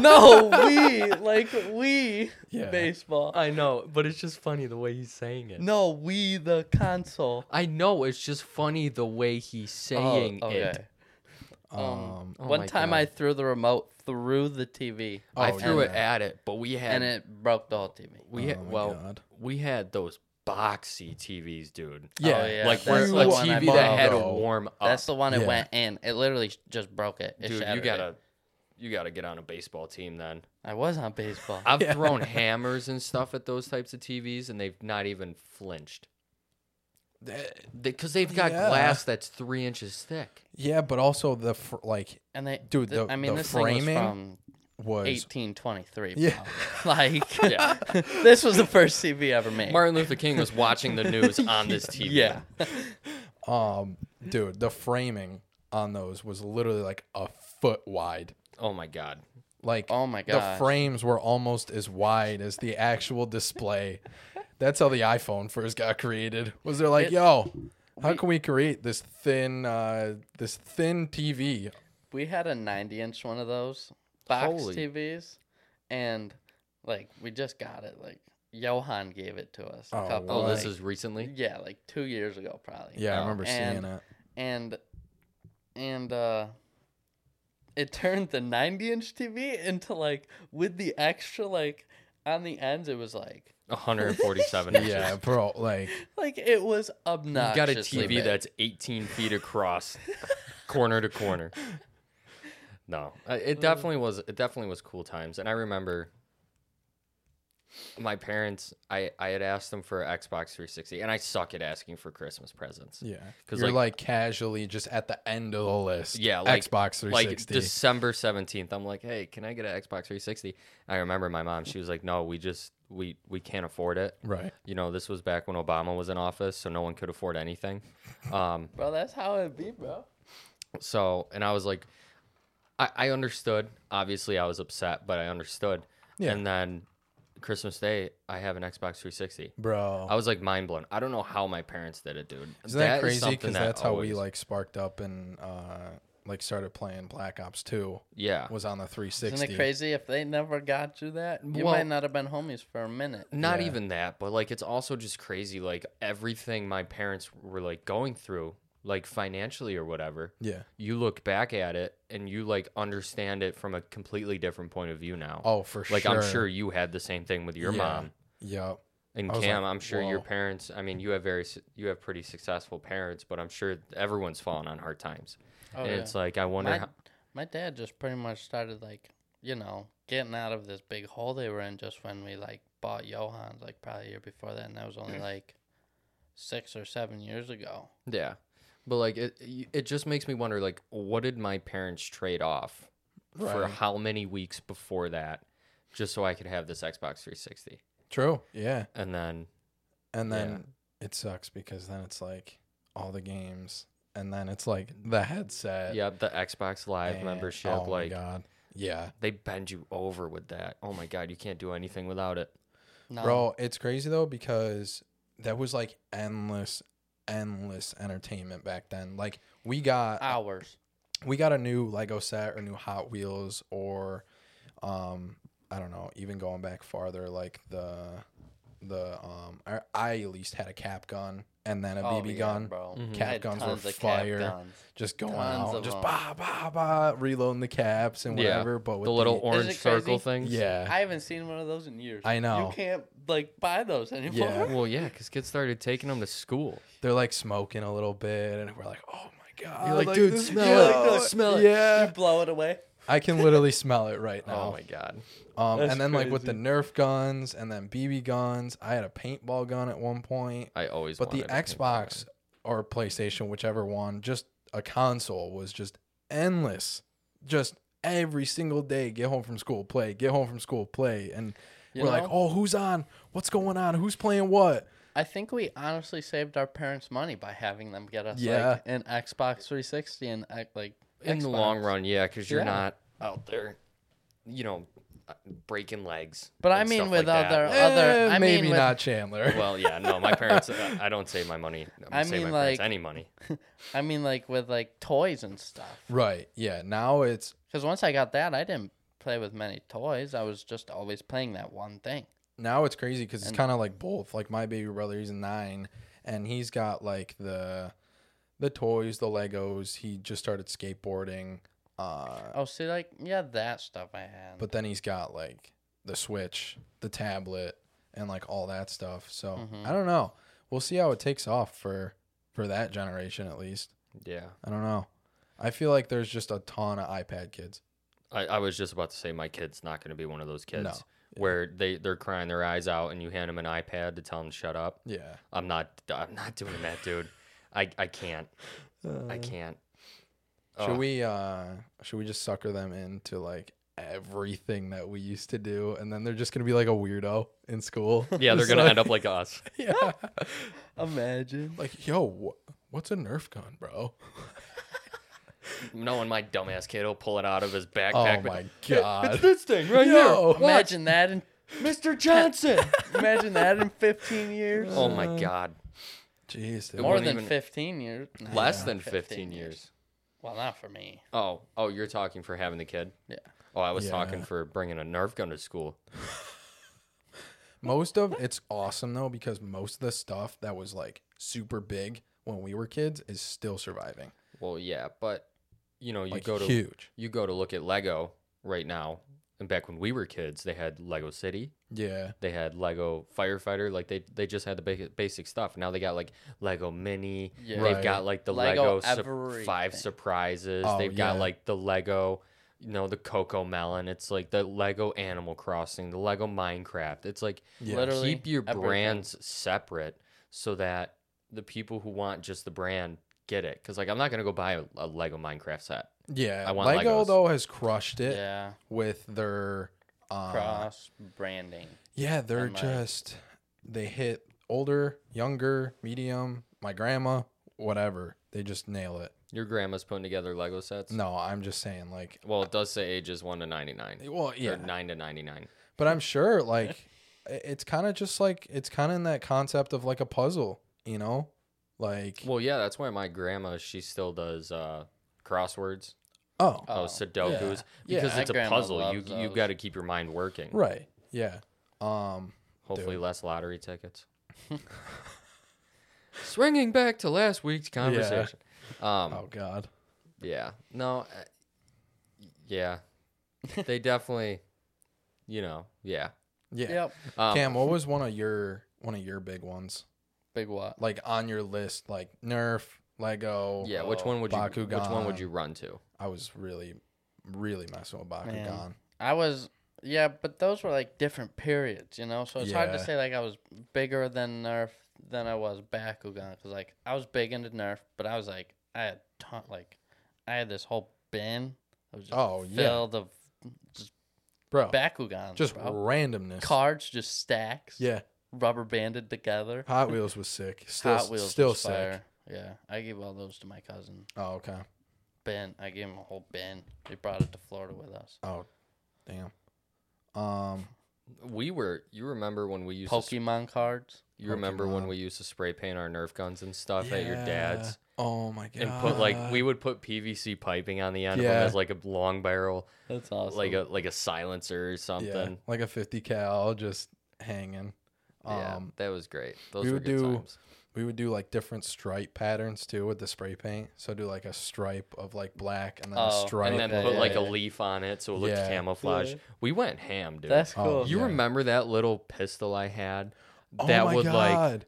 A: No, we like we
C: Yeah.
A: baseball.
B: I know, but it's just funny the way he's saying it.
A: No, we the console.
B: I know it's just funny the way he's saying
A: Oh,
B: it.
A: Um,
C: Um,
B: oh my
A: one time
B: God.
A: I threw the remote through the TV
B: I
C: Oh,
B: threw it
C: yeah.
B: at it, but we had
A: and it broke the whole TV.
B: we had,
C: Oh my
B: well
C: God.
B: we had those boxy TVs, dude. Uh,
C: yeah,
A: Oh, yeah.
B: like
A: that's
B: where a
A: the one I Oh,
B: TV that had a
C: borrowed.
B: warm up.
A: That's the one it
C: Yeah.
A: went in. It literally sh- just broke it. it
B: Oh, dude, you
A: shattered it.
B: gotta you gotta get on a baseball team then.
A: I was on baseball.
B: I've thrown hammers and stuff at those types of TVs, and they've not even flinched. Because they've got
C: Yeah.
B: glass that's three inches thick.
C: yeah but also the fr- like
A: And they,
C: Dude,
A: th-
C: the-
A: I mean,
C: the
A: this thing
C: framing
A: was from
C: was
A: 1823.
C: yeah
A: bro. like,
B: Yeah.
A: this was the first TV ever made.
B: Martin Luther King was watching the news on this TV.
A: yeah,
C: um dude the framing on those was literally like a foot wide
B: Oh my God.
C: like
A: Oh my
C: the
A: gosh.
C: frames were almost as wide as the actual display that's how the iphone first got created was they're like
A: It-
C: yo how can we create this thin uh this thin tv
A: we had a 90 inch one of those box
B: Holy.
A: TVs, and like we just got it. Like Johan gave it to us. a
C: Oh,
A: couple,
B: Oh, this
A: like-
B: is recently.
A: yeah, like two years ago probably.
C: yeah i
B: Oh,
C: remember seeing
A: and-
C: it
A: and and uh it turned the 90 inch tv into like with the extra like on the ends it was like
B: 147 inches.
C: yeah bro like
A: like it was
B: You've got a
A: obnoxious
B: TV that's 18 feet across, corner to corner. No, uh, it definitely was. It definitely was cool times, and I remember my parents. I I had asked them for an Xbox 360, and I suck at asking for Christmas presents.
C: yeah
B: 'Cause,
C: because you're
B: like-
C: like, casually just at the end of the list
B: Yeah, like-
C: xbox 360
B: Like December 17th, I'm like, hey, can I get an Xbox 360? I remember my mom. She was like, no, we just we we can't afford it.
C: right
B: You know, this was back when Obama was in office, so no one could afford anything. Um,
A: bro that's how it be bro
B: So, and I was like, I, I understood. Obviously, I was upset, but I understood.
C: Yeah.
B: And then Christmas Day, I have an Xbox 360.
C: bro
B: I was like mind blown. I don't know how my parents did it, dude.
C: Isn't that, crazy?
B: something
C: Because
B: Oh, that
C: that's how we
B: always-
C: like sparked up and uh like started playing Black Ops Two.
B: Yeah.
C: Was on the 360.
A: isn't it crazy if they never got you that you
B: Well-
A: might not have been homies for a minute
B: Not
C: Yeah.
B: even that, but like it's also just crazy. Like everything my parents were like going through, like financially or whatever.
C: Yeah.
B: You look back at it and you like understand it from a completely different point of view now.
C: Oh, for
B: like
C: sure.
B: I'm sure you had the same thing with your
C: Yeah.
B: mom.
C: Yep.
B: And
C: I was
B: Cam,
C: like,
B: I'm sure your
C: "Whoa."
B: parents. I mean, you have very su- you have pretty successful parents, but I'm sure everyone's fallen on hard times.
A: oh,
B: and
A: yeah.
B: it's like I wonder.
A: my,
B: how,
A: my dad just pretty much started like you know getting out of this big hole they were in just when we like bought johan's like probably a year before that and that was only like six or seven years ago
B: yeah, but like it, it just makes me wonder. Like, what did my parents trade off for
C: Right.
B: how many weeks before that, just so I could have this Xbox 360?
C: True. Yeah.
B: And then
C: And
B: Yeah.
C: then it sucks because then it's like all the games, and then it's like the headset.
B: yeah, the Xbox Live
C: and-
B: membership.
C: Oh
B: like
C: my god. Yeah.
B: they bend you over with that. Oh my god, you can't do anything without it.
A: no
C: Bro, it's crazy though because that was like endless, endless entertainment back then. Like we got
A: hours
C: we got a new Lego set or new Hot Wheels or um I don't know, even going back farther like the the um I, I at least had a cap gun and then a
A: Oh,
C: BB
A: yeah,
C: gun.
A: bro.
B: Mhm.
A: I
C: Cap
A: had
C: guns were
A: tons of cap
C: fire.
A: guns.
C: Just going
A: Tons
C: out,
A: of
C: just
A: them.
C: bah bah bah, reloading the caps and
B: Yeah,
C: whatever. But with
B: the little
A: Isn't
B: orange
A: it
B: circle
A: crazy?
B: things.
C: yeah,
A: I haven't seen one of those in years.
C: I know.
A: You can't like buy those anymore.
C: Yeah.
B: Well, yeah, because kids started taking them to school.
C: they're like smoking a little bit, and we're like, oh my god,
B: like, "Dude,
C: this-
B: smell
A: it,
C: yeah,
A: dude,
B: smell it."
A: You
C: Yeah,
A: blow it away.
C: I can literally smell it right now.
B: Oh my god.
C: Um,
A: That's
C: and then like with the Nerf guns and then BB guns, I had a paintball gun at one point.
B: I always.
C: But the
B: wanted a paintball
C: Xbox
B: gun.
C: or PlayStation, whichever one, just a console was just endless. Just every single day, get home from school, play, get home from school, play, and
A: You
C: we're like,
A: know?
C: oh, who's on? What's going on? Who's playing what?
A: I think we honestly saved our parents money by having them get us
C: Yeah.
A: like an Xbox 360 and act like
B: In the long
A: Xbox.
B: run, yeah, because you're
A: Yeah.
B: not out there, you know, uh, breaking legs.
A: But I
B: and
A: mean
B: stuff
A: with
B: like
A: other-
B: that.
A: Other-
C: Eh,
A: I mean,
C: maybe
A: with-
C: not Chandler.
B: Well, yeah, no, my parents. uh, I I don't save my money. I'm
A: I
B: I save
A: mean,
B: my parents
A: like-
B: any money.
A: I mean like with like toys and stuff.
C: right. Yeah. Now it's
A: Because once I got that, I didn't play with many toys. I was just always playing that one thing.
C: now it's crazy because it's
A: And-
C: kind of like both. Like my baby brother, he's nine, and he's got like the the toys, the Legos. He just started skateboarding, uh,
A: Oh, see, like yeah, that stuff I had.
C: but then he's got like the Switch, the tablet, and like all that stuff. So
A: Mhm.
C: I don't know. We'll see how it takes off for for that generation at least.
B: Yeah,
C: I don't know. I feel like there's just a ton of iPad kids.
B: I, I was just about to say my kid's not going to be one of those kids
C: No.
B: where they they're crying their eyes out and you hand them an iPad to tell them to shut up.
C: Yeah.
B: I'm not. I'm not doing that, dude. I I can't.
A: Uh,
B: I can't.
C: Should
B: Ugh.
C: we uh should we just sucker them into like everything that we used to do and then they're just gonna be like a weirdo in school?
B: Yeah, they're
C: Just
B: gonna
C: like-
B: end up like us.
C: Yeah.
A: Imagine.
C: Like, yo, wh- what's a nerf gun, bro?
B: No, and my dumbass kid will pull it out of his
C: Oh
B: backpack.
C: my god.
B: this thing right
C: Yo, what?
A: Imagine that in
B: Mr. Johnson.
A: imagine that in 15 years.
B: oh my god,
C: Jeez, dude.
A: More
B: wouldn't
A: than
B: even-
A: 15 years. Nah,
B: less
A: not
B: than 15 years.
A: Well, not for me.
B: Oh, oh, you're talking for having the kid.
A: Yeah.
B: Oh, I was
C: Yeah.
B: talking for bringing a Nerf gun to school.
C: Most of it's awesome though because most of the stuff that was like super big when we were kids is still surviving.
B: Well, yeah, but you know, you
C: Like
B: go to
C: huge.
B: you go to look at Lego right now. And back when we were kids, they had Lego City,
C: Yeah.
B: they had Lego Firefighter, like they they just had the ba- basic stuff. Now they got like Lego Mini,
A: Yeah.
B: they've
C: Right.
B: got like the
A: Lego
B: Lego, sup- five
A: everything.
B: surprises,
C: Oh,
B: they've got
C: yeah.
B: like the Lego, you know, the Coco Melon. It's like the Lego Animal Crossing, the Lego Minecraft. It's like
C: Yeah.
A: Literally.
B: keep your
A: everything.
B: brands separate so that the people who want just the brand get it. Because like I'm not gonna go buy a, a Lego Minecraft set.
C: Yeah.
B: I want
C: Lego
B: Legos.
C: though has crushed it
A: Yeah.
C: with their uh,
A: Cross branding.
C: Yeah, they're
A: and, like-
C: just they hit older, younger, medium, my grandma, whatever. They just nail it.
B: Your grandma's putting together Lego sets.
C: No, I'm just saying like
B: Well, it does say ages one to ninety nine.
C: well,
B: Or
C: yeah.
B: nine to ninety nine.
C: But I'm sure like i- it's kind of just like it's kind of in that concept of like a puzzle, you know? Like
B: Well, yeah, that's why my grandma she still does uh, crosswords,
C: oh,
B: oh,
A: Oh,
B: Sudokus,
C: yeah.
B: because
A: My
B: it's a
A: grandma
B: puzzle. You
A: loves
B: you
A: those.
B: got to keep your mind working.
C: right. Yeah. Um
B: Hopefully,
C: Dude.
B: less lottery tickets. Swinging back to last week's conversation. Um,
C: oh god.
B: Yeah. No. uh, Yeah. they definitely, you know, yeah.
C: Yeah.
A: Yep.
B: Um,
C: Cam, what was one of your one of your big ones?
A: Big what?
C: Like on your list like Nerf, Lego.
B: yeah. Which one would you? Which one would
C: Bakugan.
B: you run to?
C: I was really really messing with Bakugan.
A: Man. I was, yeah, but those were like different periods, you know. So it's hard to
C: Yeah.
A: say like I was bigger than Nerf than I was Bakugan because like I was big into Nerf, but I was like I had ton like I had this whole bin. It was just
C: Oh, yeah.
A: filled of
C: Bro.
A: Bakugan,
C: just
A: bro.
C: randomness.
A: cards, just stacks,
C: Yeah,
A: rubber banded together.
C: Hot Wheels was sick. Still,
A: Hot Wheels,
C: still
A: was
C: sick.
A: fire. Yeah, I gave all those to my cousin
C: Oh okay.
A: Ben. I gave him a whole bin. He brought it to Florida with us.
C: Oh, damn. Um,
B: We were. You remember when we used to
A: Pokemon cards.
B: You remember when
C: Pokemon.
B: we used to spray paint our Nerf guns and stuff at your
C: Yeah.
B: dad's
C: Oh my god.
B: and put like we would put PVC piping on the end of
C: Yeah.
B: them as like a long barrel,
A: That's awesome.
B: like a like a silencer or something.
C: yeah, like a 50 cal just hanging. Um,
B: Yeah, that was great. Those
C: we
B: were
C: would
B: good
C: do-
B: times.
C: We would do like different stripe patterns too with the spray paint. So do like a stripe of like black and then
A: Oh,
C: a
A: and
C: stripe.
B: And then
A: yeah,
C: of,
B: put
A: yeah,
B: like a
A: yeah.
B: leaf on it so it looked
C: Yeah.
B: camouflage.
A: Yeah.
B: We went ham, dude.
A: That's
C: Oh,
A: cool.
B: you
C: yeah.
B: remember that little pistol I had
C: Oh
B: that
C: my
B: would like
C: God.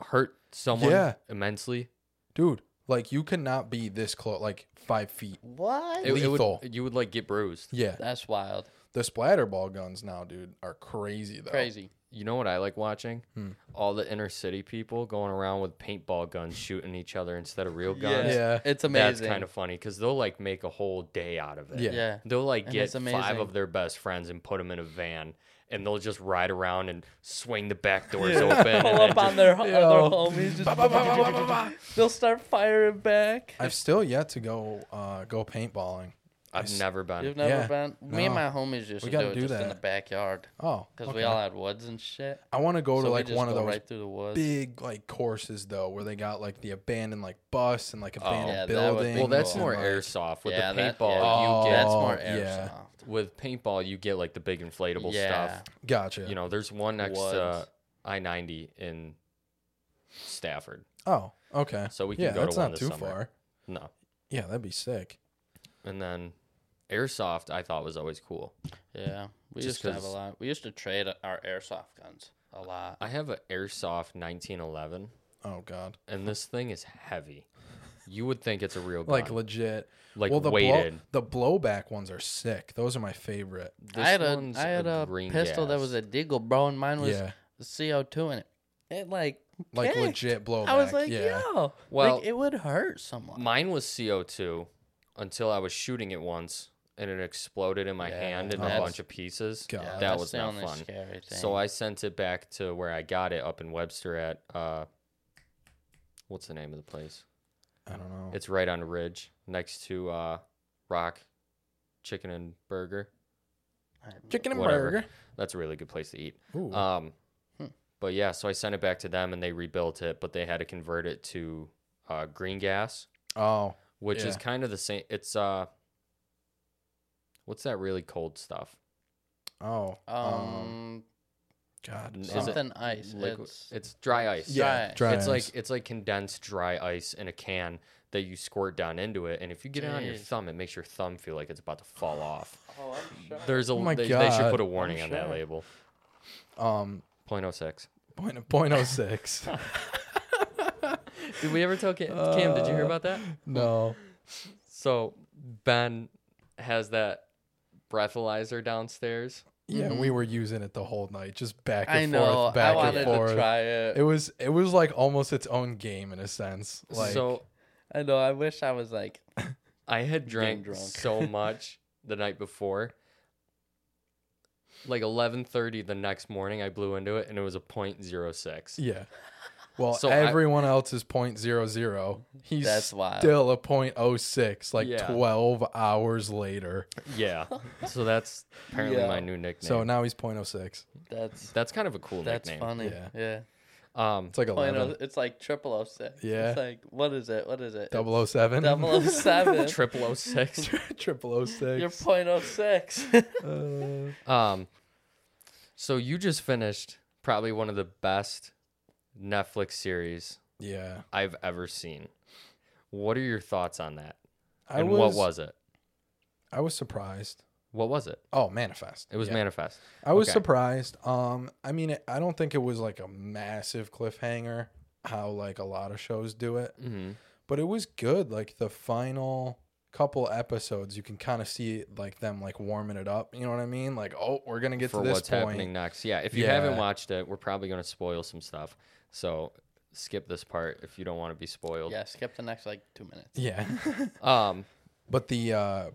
B: hurt someone
C: Yeah.
B: immensely?
C: dude, like you cannot be this close, like five feet.
A: What?
B: It, Oh, it
C: Lethal.
B: would you would like get bruised.
C: Yeah,
A: That's wild.
C: the splatter ball guns now, dude, are crazy though.
A: Crazy.
B: You know what I like watching?
C: Hmm.
B: All the inner city people going around with paintball guns shooting each other instead of real guns.
A: Yeah.
C: Yeah.
A: It's
B: That's
A: amazing.
B: kind of funny because they'll like make a whole day out of it.
C: Yeah.
A: yeah.
B: They'll like
A: And
B: get
A: it's
B: five
A: amazing.
B: of their best friends and put them in a van, and they'll just ride around and swing the back doors open. and
A: Pull
B: then
A: up
B: just-
A: on their,
C: Yo.
A: other homies. Just
C: Ba, ba, ba, ba, ba, ba, ba.
A: They'll start firing back.
C: I've still yet to go uh go paintballing.
B: I've never been.
A: You've never
C: Yeah.
A: been? Me and
C: No.
A: my homies used
C: We
A: to do
C: gotta
A: it
C: do
A: just in the
C: that.
A: backyard
C: Oh,
A: because
C: okay.
A: we all had woods and shit.
C: I want to go
A: so
C: to
A: we
C: like
A: just
C: one
A: go
C: of those
A: right through the woods.
C: big like courses though, where they got like the abandoned like bus and like abandoned
A: Oh, Yeah, that would be
C: building.
B: Well, that's
A: Paintball.
B: more
C: like,
B: airsoft. With
A: yeah,
B: the
A: that-
B: paintball,
A: yeah,
B: you
C: Oh,
B: get
A: that's more
C: yeah.
A: airsoft.
B: with paintball you get like the big inflatable
A: Yeah.
B: stuff.
C: Gotcha.
B: You know, there's one next to
A: Woods.
B: I ninety in Stafford,
C: oh, okay.
B: so we can
C: Yeah,
B: go
C: that's
B: to one
C: not
B: this
C: too
B: summer.
C: far.
B: No,
C: Yeah, that'd be sick.
B: and then airsoft I thought was always cool.
A: Yeah, we used
B: Just
A: to have a
B: 'cause-
A: lot. We used to trade our airsoft guns a lot.
B: I have an airsoft 1911,
C: Oh god,
B: and this thing is heavy. You would think it's a real gun,
C: like
B: like,
C: legit.
B: like
C: well, the
B: weighted.
C: blow, the blowback ones are sick. Those are my favorite.
B: This
A: I had a
B: one's
A: I had a,
B: green
A: pistol that
B: gas.
A: was a deagle, bro, and mine was
C: yeah,
A: CO two in it. It like
C: like
A: kicked.
C: legit blowback.
A: I was like,
C: yeah.
A: yo,
B: Well-
A: like, it would hurt someone.
B: Mine was CO2 until I was shooting it once, and it exploded in my
A: Yeah,
B: hand in a
C: that's-
B: bunch of pieces.
C: God.
A: yeah,
C: that
A: that's
B: was
A: the
B: not
A: only
B: fun.
A: scary thing.
B: So I sent it back to where I got it up in Webster at uh what's the name of the place?
C: I don't
A: Oh.
C: know.
B: It's right on the ridge next to uh Rock Chicken and Burger.
C: chicken and
B: whatever.
C: burger.
B: That's a really good place to eat.
C: Ooh.
B: Um
A: Hmm.
B: but yeah, so I sent it back to them and they rebuilt it, but they had to convert it to uh green gas,
C: oh,
B: which is
C: Yeah.
B: kind of the same it's uh what's that really cold stuff?
C: oh,
A: um,
C: God,
B: is it
A: something ice.
B: Liquid-
A: it's
B: it's dry ice.
A: dry.
C: yeah, dry
B: it's
C: ice.
B: like it's like condensed dry ice in a can that you squirt down into it, and if you get it on your
A: Jeez.
B: thumb, it makes your thumb feel like it's about to fall off.
A: oh, I'm sure.
B: There's a
C: my
B: they, they should
C: God.
B: put a warning on that
A: sure.
B: label.
C: um,
B: 0.06.
C: point point oh six.
B: Did we ever tell Cam? Cam did you hear
C: Uh,
B: about that?
C: no,
B: So Ben has that breathalyzer downstairs.
C: yeah, we were using it the whole night, just back and
A: Mm. I know.
C: forth,
A: I
C: back
A: wanted
C: and forth.
A: to try it.
C: It was it was like almost its own game in a sense. Like
B: so
A: I know. I wish I was like
B: I had drank
A: drunk.
B: so much the night before. Like 11:30 the next morning, I blew into it, and it was a 0.06.
C: yeah. Well,
B: So I-
C: everyone else is point zero zero. He's
A: That's wild.
C: still a point oh six, like
B: Yeah.
C: twelve hours later.
B: Yeah. So that's apparently
A: Yeah.
B: my new nickname.
C: So now he's point oh six.
A: that's
B: that's kind of a cool
A: that's
B: nickname.
A: funny.
C: Yeah.
A: yeah.
B: Um,
C: It's like
A: Point
C: eleven.
A: oh, it's like triple oh six.
C: Yeah.
A: It's like what is it? What is it?
C: Double oh seven.
A: Double oh seven.
B: triple oh six.
C: Triple oh
A: You're
C: six.
A: point oh six.
C: Uh,
B: Um, so you just finished probably one of the best Netflix series
C: yeah.
B: I've ever seen. What are your thoughts on that?
C: I
B: And what was it?
C: I was surprised.
B: What was it?
C: Oh, manifest.
B: It was
C: Yeah.
B: Manifest.
C: I was
B: okay.
C: surprised. Um, I mean, it, I don't think it was like a massive cliffhanger, how like a lot of shows do it,
B: Mm-hmm.
C: but it was good. Like the final couple episodes, you can kind of see like them like warming it up. You know what I mean? Like, oh, we're gonna get
B: For
C: to this
B: what's
C: point.
B: happening next. Yeah. If you
C: Yeah.
B: haven't watched it, we're probably going to spoil some stuff. So skip this part if you don't want to be spoiled.
A: yeah. Skip the next like two minutes.
C: Yeah,
B: Um,
C: but the uh,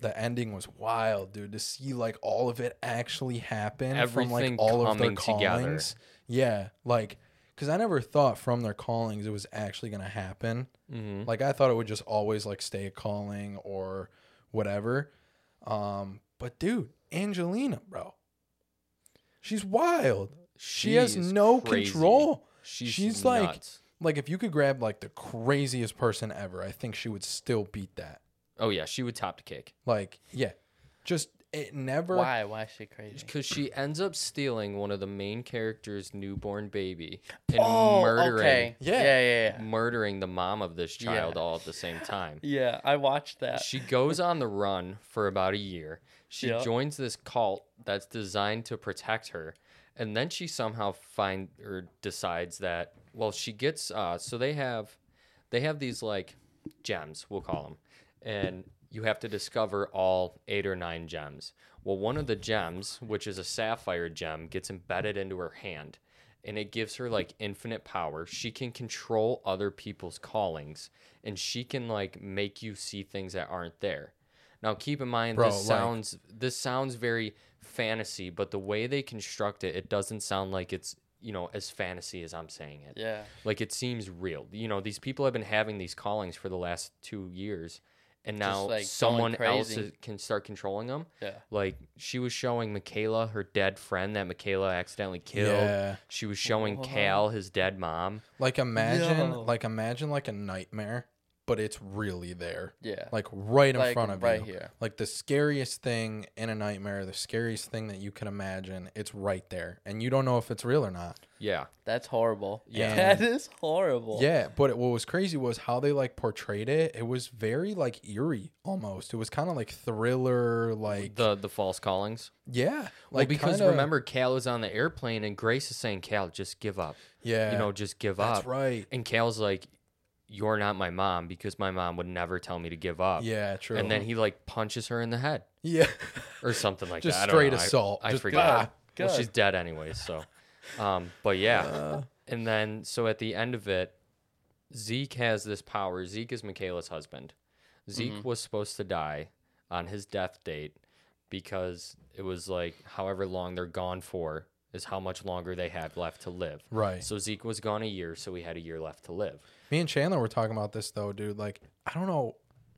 C: the ending was wild, dude. To see like all of it actually happen
B: Everything
C: from like all of their
B: coming together.
C: callings. Yeah, like because I never thought from their callings it was actually gonna happen.
B: mhm.
C: Like I thought it would just always like stay a calling or whatever. Um, but dude, Angelina, bro. She's wild. She, has
B: is
C: no
B: crazy.
C: control.
B: She's,
C: She's like-
B: nuts.
C: Like if you could grab like the craziest person ever, I think she would still beat that.
B: oh yeah, she would top the cake
C: Like yeah, just it never.
A: Why? Why is she crazy?
B: because she ends up stealing one of the main character's newborn baby and
A: Oh,
B: murdering
A: okay.
C: Yeah.
A: Yeah, yeah, yeah.
B: murdering the mom of this child
A: Yeah.
B: all at the same time.
A: Yeah, I watched that.
B: She goes on the run for about a year. She
A: Yeah.
B: joins this cult that's designed to protect her, and then she somehow find or decides that well, she gets uh, so they have they have these like gems, we'll call them, and you have to discover all eight or nine gems. Well, one of the gems, which is a sapphire gem, gets embedded into her hand and it gives her like infinite power. She can control other people's callings and she can like make you see things that aren't there. Now keep in mind
C: Bro,
B: this
C: like-
B: sounds this sounds very fantasy, but the way they construct it, it doesn't sound like it's, you know, as fantasy as I'm saying it.
A: yeah.
B: Like it seems real. You know, these people have been having these callings for the last 2 years and
A: Just,
B: now
A: like, going
B: someone else
A: crazy.
B: is- can start controlling them.
A: Yeah.
B: Like she was showing Michaela her dead friend that Michaela accidentally killed.
C: Yeah.
B: She was showing Cal his dead mom.
C: Like imagine
A: Yo.
C: like imagine like a nightmare, but it's really there.
A: Yeah.
C: Like right in
A: Like,
C: front of
A: right
C: you.
A: here.
C: Like the scariest thing in a nightmare, the scariest thing that you can imagine, it's right there. And you don't know if it's real or not.
B: Yeah.
A: That's horrible.
B: Yeah.
A: That is horrible.
C: Yeah, but what was crazy was how they like portrayed it. It was very like eerie almost. It was kind of like thriller like
B: The the false callings.
C: yeah.
B: Well,
C: Like
B: because
C: kinda-
B: remember Cal is on the airplane and Grace is saying, Cal, just give up.
C: yeah,
B: You know, just give
C: that's
B: up.
C: right.
B: And Cal's like, You're not my mom because my mom would never tell me to give up.
C: Yeah, true.
B: And then he like punches her in the head
C: yeah,
B: or something like
C: just
B: that. I don't
C: straight
B: know. I-
C: assault.
B: I,
C: Just-
B: forgot.
C: ah.
B: Well,
A: God.
B: she's dead anyway, so. Um, but yeah.
C: Uh.
B: and then, so at the end of it, Zeke has this power. Zeke is Michaela's husband. Zeke was supposed to die on his death date because it was like however long they're gone for is how much longer they have left to live.
C: Right.
B: So Zeke was gone a year, so we had a year left to live.
C: Me and Chandler were talking about this though, dude. Like, I don't know.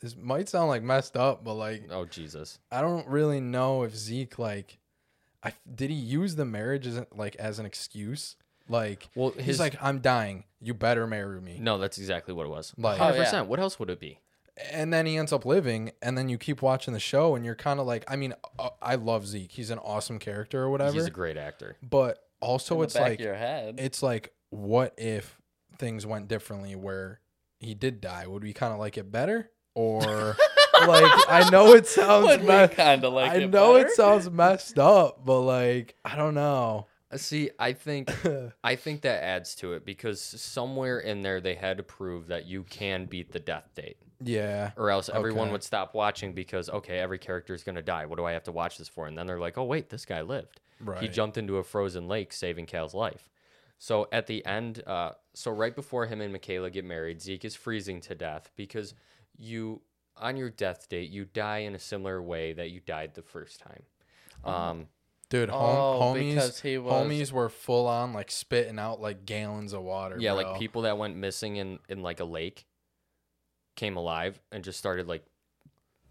C: This might sound like messed up, but like,
B: Oh Jesus.
C: I don't really know if Zeke like, I did he use the marriage as like as an excuse? Like,
B: Well,
C: he's
B: his
C: like, I'm dying. You better marry me.
B: No, that's exactly what it was.
C: Like- Oh,
B: 100%.
A: yeah.
B: What else would it be?
C: And then he ends up living, and then you keep watching the show, and you're kind of like, I mean, uh, I love Zeke. He's an awesome character or
B: He's
C: whatever.
B: a great actor.
C: but also,
A: In
C: it's
A: the back
C: like,
A: of your head.
C: it's like, what if things went differently where he did die? Would we kind of like it better? Or like, I know it sounds
A: Would
C: messed.
A: kind of like
C: I
A: it
C: know
A: better?
C: it sounds messed up, but like, I don't know.
B: Uh, See, I think I think that adds to it because somewhere in there they had to prove that you can beat the death date,
C: yeah.
B: or else everyone
C: Okay.
B: would stop watching because okay, every character is gonna die. What do I have to watch this for? And then they're like, oh wait, this guy lived. He
C: Right.
B: jumped into a frozen lake, saving Cal's life. So at the end, uh, so right before him and Michaela get married, Zeke is freezing to death because you on your death date you die in a similar way that you died the first time.
C: Uh-huh.
B: Um,
C: Dude, hom-
A: Oh,
C: homies,
A: because he was-
C: homies were full on like spitting out like gallons of water.
B: yeah,
C: bro.
B: like people that went missing in in like a lake came alive and just started like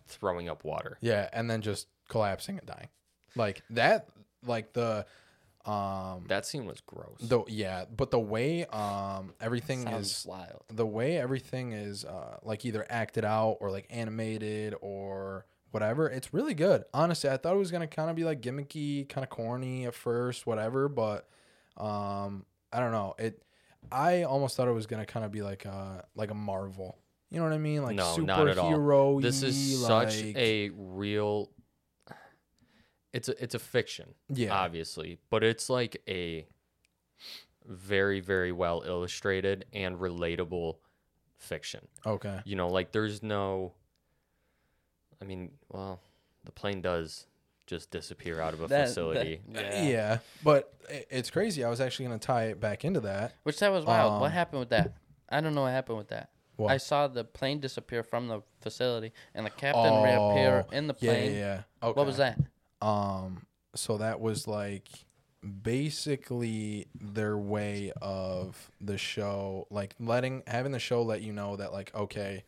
B: throwing up water.
C: Yeah, and then just collapsing and dying. Like that, like the, um,
B: That scene was gross.
C: the yeah, but the way um everything
A: Sounds
C: is
A: wild.
C: the way everything is uh like either acted out or like animated or whatever it's really good honestly i thought it was gonna kind of be like gimmicky kind of corny at first whatever but um i don't know it i almost thought it was gonna kind of be like a like a marvel you know what i mean like
B: No,
C: superhero
B: not at all. this is such a real it's a it's a fiction
C: Yeah.
B: obviously but it's like a very very well illustrated and relatable fiction
C: okay
B: you know like there's no i mean well the plane does just disappear out of a
A: That- that-
B: facility
A: yeah.
C: yeah. but i- it's crazy i was actually gonna tie it back into that
A: Which that was wild.
C: Um,
A: what happened with that? I don't know what happened with that.
C: What?
A: I saw the plane disappear from the facility and the captain reappear
C: Oh,
A: in the
C: yeah yeah,
A: plane.
C: yeah. okay
A: What was that?
C: Um, so that was like basically their way of the show, like letting having the show let you know that like okay,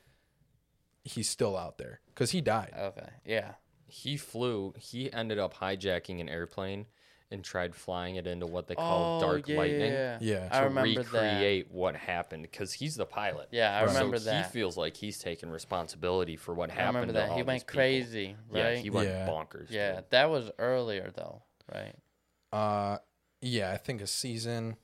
C: he's still out there because he died.
A: Okay. Yeah.
B: he flew he ended up hijacking an airplane and tried flying it into what they call dark lightning
A: Oh, Yeah,
C: Yeah.
A: I
B: to
A: remember that.
B: recreate what happened because he's the pilot.
A: Yeah, I
C: Right.
A: remember
B: so
A: that.
B: He feels like he's taking responsibility for what
A: I
B: happened.
A: remember
B: to
A: that.
B: all
A: He
B: these
A: went
B: people.
A: crazy,
B: Yeah,
A: right?
B: he went
C: Yeah.
B: bonkers.
A: Yeah,
B: dude.
A: that was earlier though, right?
C: Uh, yeah, I think a season,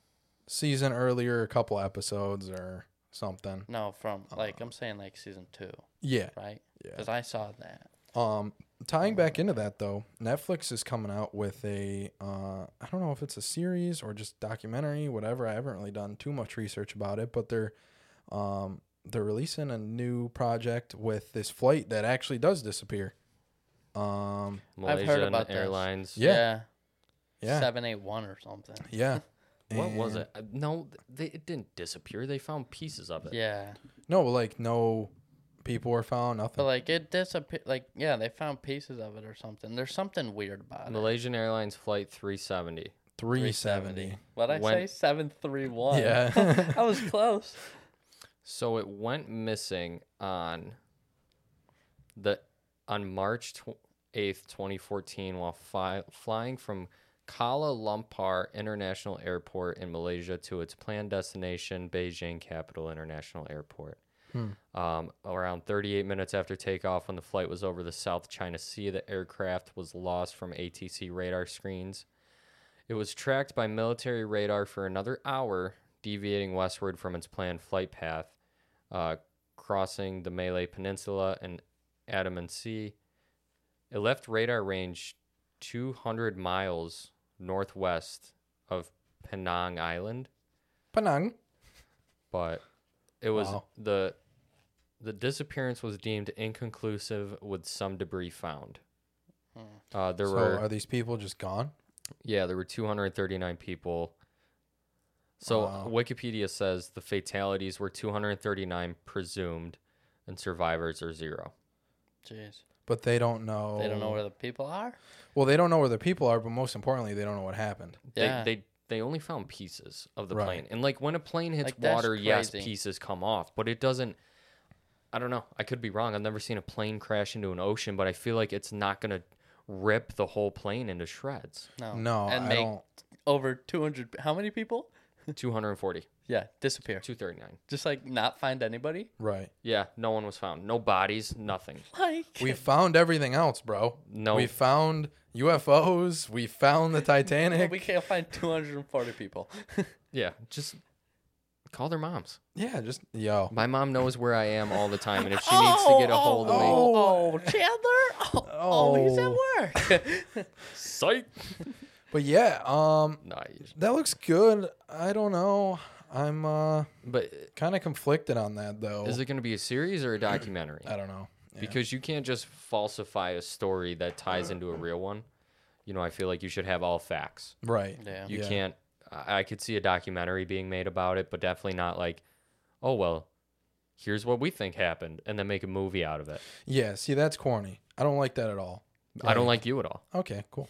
C: season earlier, a couple episodes or something.
A: No, from
B: Uh-huh.
A: like I'm saying like season two,
C: Yeah.
A: right?
C: Yeah.
A: Because I saw that.
C: Um, tying back into that though, Netflix is coming out with a uh, I don't know if it's a series or just documentary, whatever. I haven't really done too much research about it, but they're um they're releasing a new project with this flight that actually does disappear. Um,
A: I've heard
B: Malaysian
A: about this.
B: Airlines.
C: Yeah. yeah,
A: Seven eight one or something.
C: yeah.
B: What was
C: And-
B: it? Uh, No, they, it didn't disappear. They found pieces of it.
A: Yeah,
C: No, like no people were found. Nothing.
A: but like it disappeared. Like yeah, they found pieces of it or something. There's something weird about it.
B: Malaysian Airlines Flight 370.
C: 370.
A: What I say
B: When-
A: seven three one.
C: Yeah.
A: I was close.
B: So it went missing on the on March eighth, twenty fourteen, while fi- flying from Kuala Lumpur International Airport in Malaysia to its planned destination, Beijing Capital International Airport. Um, around 38 minutes after takeoff, when the flight was over the South China Sea, the aircraft was lost from ATC radar screens. It was tracked by military radar for another hour, deviating westward from its planned flight path, uh, crossing the Malay Peninsula and Andaman Sea. It left radar range 200 miles northwest of Penang Island,
C: Penang.
B: but it was
C: Wow.
B: the the disappearance was deemed inconclusive with some debris found. Uh, there
C: Hmm. So
B: were
C: are these people just gone?
B: yeah, there were 239 people. So
C: Wow.
B: Wikipedia says the fatalities were 239 presumed, and survivors are zero.
A: Jeez,
C: But they don't know.
A: they
B: Oh.
A: don't know where the people are.
C: Well, they don't know where the people are, but most importantly, they don't know what happened.
A: Yeah.
B: They, they they only found pieces of the
C: Right.
B: plane, and like when a plane hits
A: Like, that's
B: water, yes,
A: crazy.
B: pieces come off, but it doesn't. I don't know. I could be wrong. I've never seen a plane crash into an ocean, but I feel like it's not gonna rip the whole plane into shreds.
A: No,
C: No,
A: Oh. and
C: I
A: make
C: don't.
A: over two hundred. How many people?
B: 240,
A: Yeah, disappear.
B: 239.
A: Just like not find anybody.
C: Right.
B: Yeah, no one was found. No bodies, nothing.
A: Like
C: We found everything else, bro.
B: No.
C: We found UFOs. We found the Titanic.
A: we can't find two hundred and forty people.
B: Yeah, just call their moms.
C: yeah, just yo.
B: My mom knows where I am all the time, and if she needs to get a hold of me,
A: Oh, oh, Chandler! Oh, oh, he's at
B: Oh.
A: work.
B: psych.
C: But yeah, um,
B: Nah, you sh-
C: that looks good. I don't know. I'm uh
B: but
C: kind of conflicted on that though.
B: is it going to be a series or a documentary?
C: I don't know. Yeah.
B: Because you can't just falsify a story that ties into a real one. You know, I feel like you should have all facts.
C: Right.
A: yeah.
B: You
C: Yeah.
B: can't. I I could see a documentary being made about it, but definitely not like, oh well, here's what we think happened, and then make a movie out of it.
C: Yeah, see that's corny. I don't like that at all.
B: I don't like you at all.
C: Okay, cool.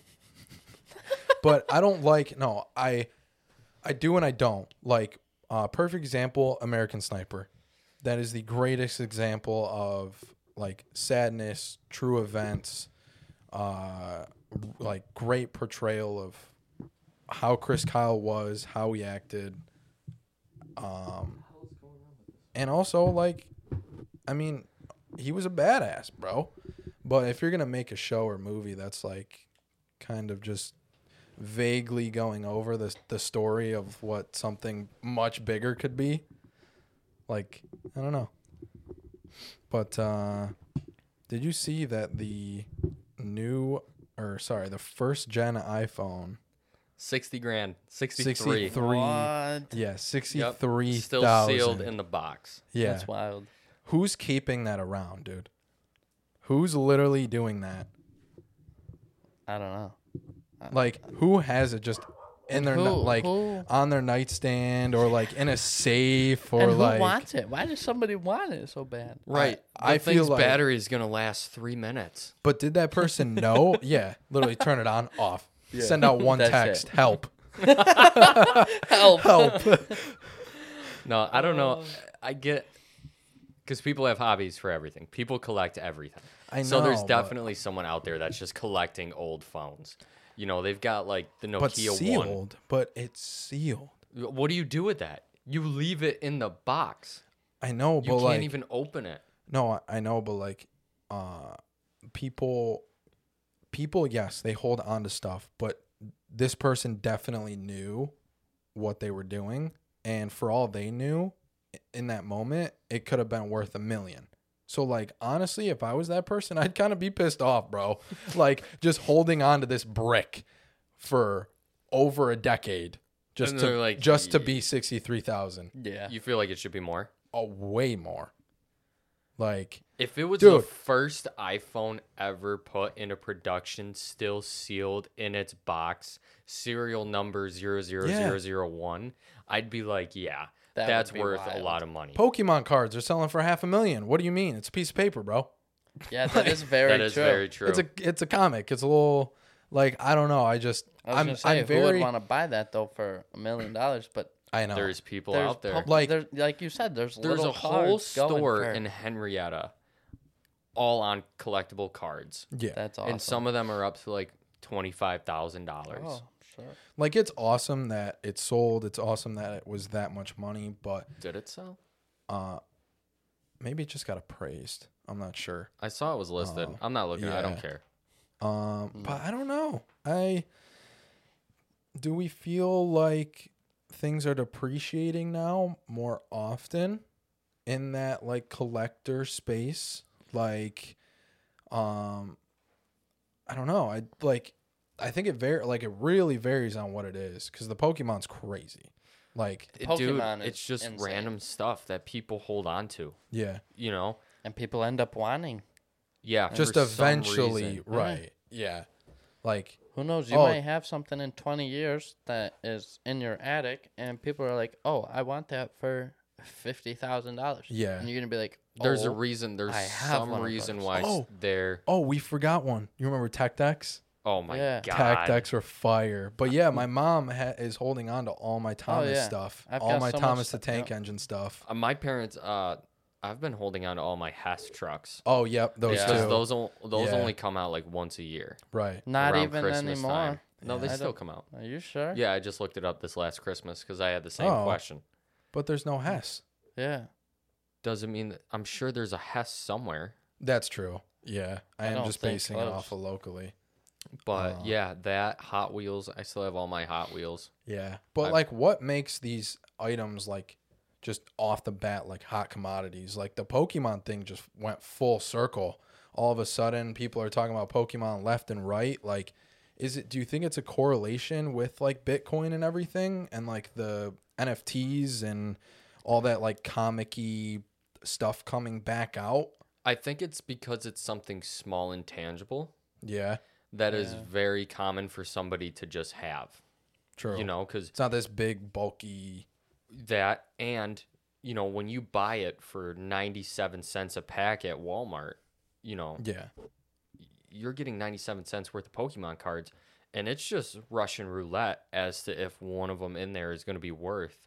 C: but I don't like no, I I do and I don't. Like uh perfect example American Sniper. That is the greatest example of like sadness, true events, uh like great portrayal of how Chris Kyle was, how he acted. Um and also like I mean, he was a badass, bro. But if you're gonna make a show or movie that's like kind of just vaguely going over the the story of what something much bigger could be, like I don't know. But uh, did you see that the new or sorry the first gen iPhone
B: Sixty grand,
C: sixty
B: sixty-three.
C: three
A: What?
C: yeah sixty
B: Yep.
C: three
B: Still sealed in the box.
C: yeah
A: That's wild.
C: who's keeping that around, dude? Who's literally doing that?
A: I don't know.
C: Like who has it just in their ni-
A: Who-
C: like
A: who-
C: on their nightstand or like in a safe or
A: and who
C: like
A: wants it? Why does somebody want it so bad?
B: Right.
C: I
B: I,
C: feel
B: think
C: like-
B: battery is gonna last three minutes.
C: but did that person know? yeah, literally turn it on off. Send out one
A: That's
C: text,
A: it.
C: help.
A: Help!
C: Help.
B: No, I don't know. I get because people have hobbies for everything. People collect everything.
C: I
B: so there's
C: know, but-
B: definitely someone out there that's just collecting old phones. You know, they've got like the
C: but
B: Nokia one.
C: sealed. But it's sealed.
B: What do you do with that? You leave it in the box.
C: I know,
B: You
C: but
B: can't
C: like
B: even open it.
C: No, I, I know, but like, uh, people, people, yes, they hold on to stuff, but this person definitely knew what they were doing, and for all they knew, i- in that moment, it could have been worth a million. So like honestly, if I was that person, I'd kind of be pissed off, bro. like just holding on to this brick for over a decade just
B: And
C: to
B: they're like,
C: just to
B: "Ye-
C: be 63,000
A: Yeah.
B: You feel like it should be more.
C: oh, way more. Like
B: If it was the
C: Dude.
B: first iPhone ever put into production, still sealed in its box, serial number 00001, I'd be like, yeah,
A: That would
B: that's
A: be
B: worth a
A: wild.
B: lot of money.
C: Pokemon cards are selling for half a million. What do you mean? It's a piece of paper, bro.
A: yeah, that is very
B: that is
A: true.
B: very true.
C: It's a it's a comic. It's a little like I don't know. I just
A: I was
C: I'm
A: gonna say
C: I'm
A: who would
C: very
A: want to buy that though for a million dollars, but
C: I know.
B: there's people
A: there's
B: out there.
A: pub-
C: Like-
A: there's- like you said, there's
B: There's
A: little
B: a whole
A: cards going
B: store
A: for-
B: in Henrietta all on collectible cards.
C: yeah.
A: that's awesome.
B: And some of them are up to like $25,000.
A: oh, sure.
C: like it's awesome that it sold. It's awesome that it was that much money, but
B: Did it sell?
C: uh maybe it just got appraised. I'm not sure.
B: I saw it was listed.
C: Oh,
B: I'm not looking. I don't
C: yeah.
B: care.
C: Um
B: Hmm.
C: but I don't know. I do we feel like things are depreciating now more often in that like collector space like um I don't know. I like I think it very like it really varies on what it is cuz the Pokemon's crazy. Like
B: It-
A: Pokemon
B: Dude, it's
A: is
B: just
A: insane.
B: random stuff that people hold on to.
C: yeah,
B: You know?
A: And people end up wanting.
B: Yeah.
C: just
B: for some
C: eventually,
B: reason. Mm-hmm.
C: right. Yeah. Like
A: Who knows? You
C: Oh.
A: might have something in 20 years that is in your attic, and people are like, "Oh, I want that for fifty thousand dollars."
C: Yeah.
A: and you're gonna be like,
B: There's a
A: "Oh,
B: reason. There's
A: I have
B: some
A: one of
B: reason
A: those.
B: why oh.
C: Oh.
B: they're.
C: oh, we forgot one. You remember Tech Decks?
B: Oh my
A: Yeah.
B: God.
C: Tech decks were fire. But yeah, my mom ha- is holding on to all my Thomas
A: Oh, yeah.
C: stuff,
A: I've
C: all
A: got
C: my
A: so much
C: Thomas the
A: stuff,
C: Tank
A: yeah.
C: Engine stuff.
B: Uh, My parents, uh, I've been holding on to all my Hess trucks.
C: Oh, yep, those
A: Yeah.
B: Because
C: two.
B: those, on- those
C: Yeah.
B: only come out like once a year.
C: right.
A: not
B: around
A: even
B: Christmas
A: anymore."
B: time. No, they
A: I
B: still
A: don't-
B: come out.
A: Are you sure?
B: Yeah, I just looked it up this last Christmas because I had the same
C: Oh.
B: question.
C: But there's no Hess.
A: yeah.
B: Doesn't mean that I'm sure there's a Hess somewhere,
C: That's true. Yeah, I,
A: I
C: am
A: don't
C: just
A: think
C: basing it
A: close.
C: off of locally.
B: but
C: Oh.
B: yeah, that Hot Wheels. I still have all my Hot Wheels.
C: Yeah. But
B: I-
C: like what makes these items like just off the bat like hot commodities? Like the Pokemon thing just went full circle. All of a sudden people are talking about Pokemon left and right. Like is it do you think it's a correlation with like Bitcoin and everything and like the NFTs and all that like comic-y stuff coming back out?
B: I think it's because it's something small and tangible
C: Yeah,
B: that is
A: Yeah.
B: very common for somebody to just have.
C: true.
B: You know, because
C: it's not this big bulky
B: that and you know when you buy it for 97 cents a pack at Walmart, you know,
C: yeah.
B: you're getting 97 cents worth of Pokemon cards, and it's just Russian roulette as to if one of them in there is going to be worth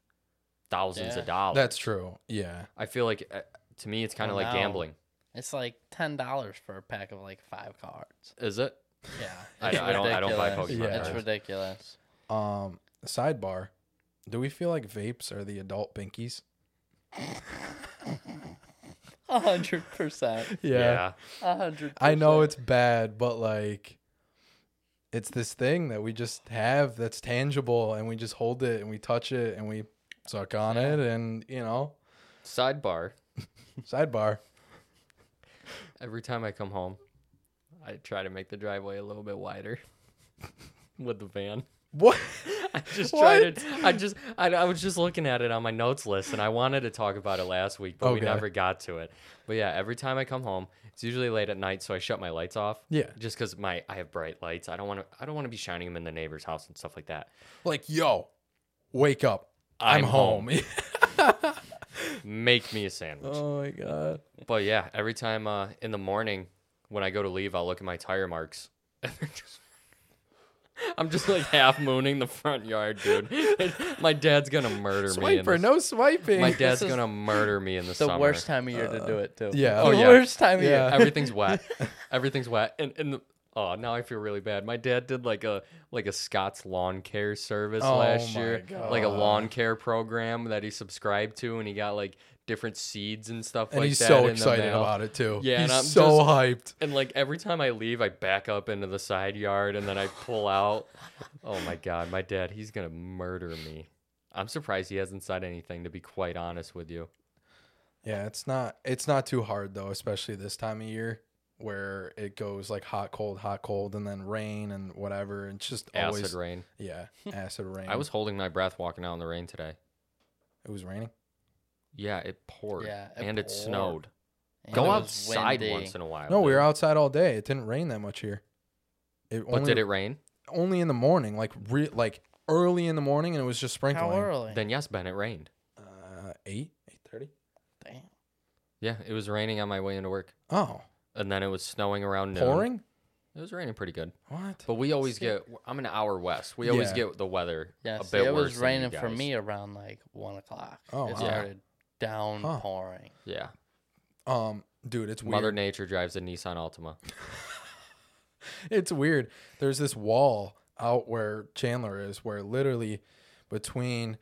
B: thousands
A: Yeah.
B: of dollars.
C: That's true. Yeah.
B: I feel like uh, to me it's kind of
A: Well,
B: like
A: now-
B: gambling.
A: It's like ten dollars for a pack of like five cards.
B: Is it?
A: Yeah,
B: I-
A: it's
B: I don't- I don't buy
A: ridiculous.
C: Pokemon Yeah.
A: It's
B: cards.
A: ridiculous.
C: Um, sidebar. Do we feel like vapes are the adult binkies?
A: A hundred percent. A hundred.
C: I know
A: percent.
C: it's bad, but like it's this thing that we just have that's tangible and we just hold it and we touch it and we suck on it and you know,
B: Sidebar:
C: sidebar.
B: Every time I come home, I try to make the driveway a little bit wider with the van.
C: What?
B: I just tried to. I just. I, I was just looking at it on my notes list, and I wanted to talk about it last week, but we
C: Okay.
B: never got to it. But yeah, every time I come home, it's usually late at night, so I shut my lights off.
C: Yeah.
B: Just because my I have bright lights, I don't want to. I don't want to be shining them in the neighbor's house and stuff like that.
C: Like, yo, wake up. I'm,
B: I'm
C: home.
B: Make me a sandwich.
C: oh my god.
B: But yeah, every time uh, in the morning when I go to leave, I'll look at my tire marks. And they're just- I'm just like half mooning the front yard, dude. my dad's gonna murder me. in
C: Swiper,
B: this-
C: no swiping.
B: My dad's
A: is
B: gonna murder me in the,
A: the
B: summer.
A: worst time of year to do it too.
C: yeah.
A: The
B: Oh, yeah.
A: worst time of
C: Yeah.
A: year.
B: Everything's wet. Everything's wet. And and the, Oh, now I feel really bad. My dad did like a like a Scott's lawn care service
C: Oh
B: last
C: my
B: year, like a
C: God.
B: lawn care program that he subscribed to, and he got like different seeds and stuff
C: and
B: like
C: he's
B: that.
C: so
B: in
C: excited
B: the mail.
C: about it too.
B: Yeah,
C: he's
B: and I'm
C: so hyped.
B: And like every time I leave, I back up into the side yard and then I pull out. oh my god, my dad, he's gonna murder me. I'm surprised he hasn't said anything. To be quite honest with you,
C: Yeah, it's not it's not too hard though, especially this time of year where it goes like hot, cold, hot, cold, and then rain and whatever. It's just
B: acid
C: always
B: rain.
C: yeah, acid rain.
B: I was holding my breath walking out in the rain today.
C: it was raining.
B: Yeah, it poured.
A: Yeah, it
B: and it
A: poured.
B: snowed.
A: And
B: Go
A: it was
B: outside
A: windy.
B: once in a while.
C: No, we
B: dude.
C: were outside all day. It didn't rain that much here. It
B: But
C: only
B: did it rain?
C: only in the morning, like re- like early in the morning, and it was just sprinkling.
A: How early?
B: Then yes, Ben, it rained.
C: Uh, eight, eight thirty.
A: Damn.
B: Yeah, it was raining on my way into work,
C: Oh,
B: and then it was snowing around noon.
C: pouring.
B: It was raining pretty good,
C: What?
B: but we always get. I'm an hour west. We always
C: Yeah.
B: get the weather
A: Yeah,
B: a
A: see,
B: bit
A: it
B: worse.
A: was
B: than you
A: raining for
B: guys.
A: me around like one o'clock.
C: Oh,
A: it
C: wow.
A: started downpouring.
B: Yeah,
C: Um, dude, it's weird.
B: Mother Nature drives a Nissan Altima.
C: it's weird. There's this wall out where Chandler is, where literally between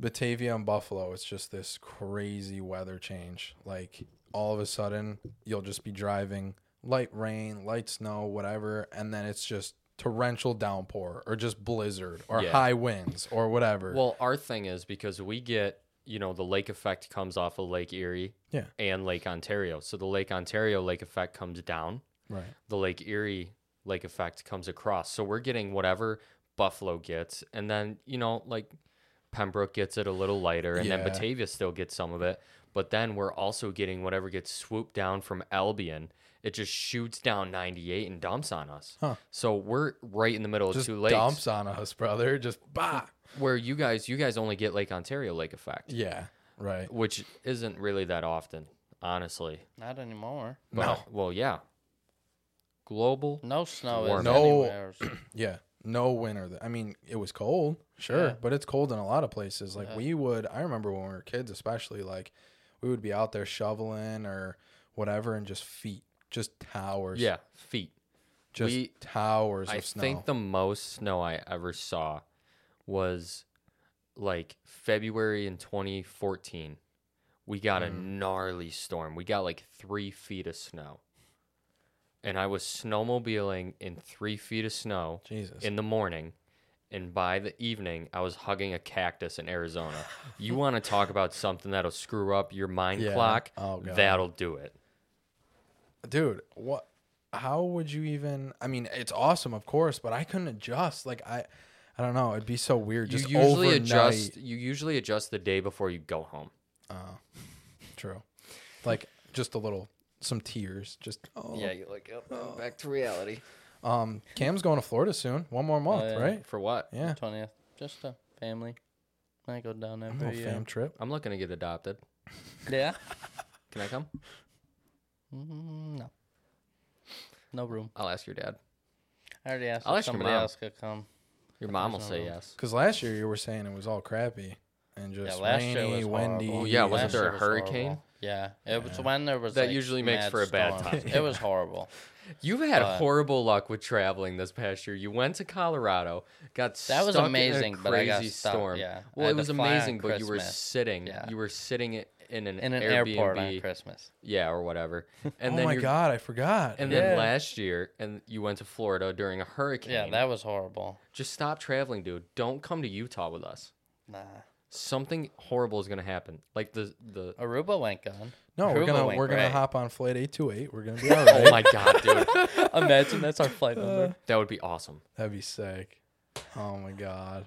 C: Batavia and Buffalo, it's just this crazy weather change. Like all of a sudden, you'll just be driving light rain, light snow, whatever, and then it's just torrential downpour or just blizzard or
B: Yeah.
C: high winds or whatever.
B: Well, our thing is because we get, you know, the lake effect comes off of Lake Erie
C: Yeah.
B: and Lake Ontario. So the Lake Ontario lake effect comes down.
C: right.
B: The Lake Erie lake effect comes across. So we're getting whatever Buffalo gets. And then, you know, like Pembroke gets it a little lighter and
C: Yeah.
B: then Batavia still gets some of it. But then we're also getting whatever gets swooped down from Albion. It just shoots down 98 and dumps on us.
C: Huh.
B: So we're right in the middle
C: Just
B: of two lakes.
C: dumps on us, brother. Just bah.
B: where you guys you guys only get Lake Ontario lake effect,
C: Yeah. Right.
B: which isn't really that often, honestly.
A: Not anymore.
B: But, Well, yeah. Global.
A: No snow
B: Warm.
A: is
C: No.
A: anywhere.
C: Yeah. No winter. th- I mean, it was cold, sure,
A: Yeah.
C: but it's cold in a lot of places. Like
A: Yeah.
C: we would, I remember when we were kids, especially like we would be out there shoveling or whatever, and just feet, just towers,
B: Yeah, feet.
C: just
B: we-
C: towers
B: I
C: of snow.
B: think the most snow I ever saw was like February in 2014. We got a
C: Mm.
B: gnarly storm. We got like three feet of snow. And I was snowmobiling in three feet of snow.
C: Jesus,
B: in the morning and by the evening i was hugging a cactus in arizona you want to talk about something that'll screw up your mind
C: Yeah.
B: clock
C: Oh, God.
B: that'll do it
C: dude, what? How would you even? I mean, it's awesome, of course, but I couldn't adjust. Like I, I don't know. It'd be so weird. Just
B: you usually
C: overnight.
B: adjust you usually adjust the day before you go home
C: True. Like just a little, some tears. Just oh.
B: yeah you're like oh, I'm back to reality
C: Um, Cam's going to Florida soon. One more month,
A: yeah.
C: right?
B: for what
C: Yeah.
A: Twentieth. Just a family. I go down
C: A little
A: every year.
C: fam trip.
B: i'm looking to get adopted
A: Yeah.
B: can i come
A: Mm, no. No room.
B: i'll ask your dad
A: I already asked
B: I'll
A: if
B: ask your
A: somebody
B: mom.
A: else could come.
B: your mom will
A: There's no
B: say
A: rules.
B: yes
C: Because last year you were saying it was all crappy and just
A: last year
C: rainy,
A: was
C: windy.
A: horrible.
B: Oh, yeah,
A: Last
B: wasn't there a
A: year was horrible.
B: hurricane?
A: Yeah, it was when there was
B: That
A: like,
B: usually makes
A: mad
B: for a bad
A: storms.
B: time.
A: It was horrible.
B: you've had
A: Uh,
B: horrible luck with traveling this past year you went to colorado got
A: That was
B: stuck
A: amazing,
B: in a crazy
A: but I got stuck,
B: storm
A: yeah. I
B: well
A: had
B: it
A: to
B: was
A: fly on
B: amazing but you were
A: Christmas.
B: sitting
A: Yeah.
B: you were sitting i- in an,
A: In an
B: Airbnb,
A: airport on Christmas.
B: yeah or whatever and
C: oh
B: then
C: my
B: you're-
C: god, I forgot.
B: and
A: Yeah.
B: then last year and you went to florida during a hurricane
A: Yeah, that was horrible.
B: just stop traveling dude don't come to utah with us
A: Nah.
B: something horrible is going to happen like the the
A: Aruba went gone.
C: no, we're
A: Aruba
C: gonna
A: went
C: we're gonna
A: great.
C: hop on flight eight two eight. We're gonna be all
B: oh
C: right.
B: my god dude
A: Imagine that's our flight
C: Uh,
A: number.
B: that would be awesome
C: That'd be sick. Oh my god.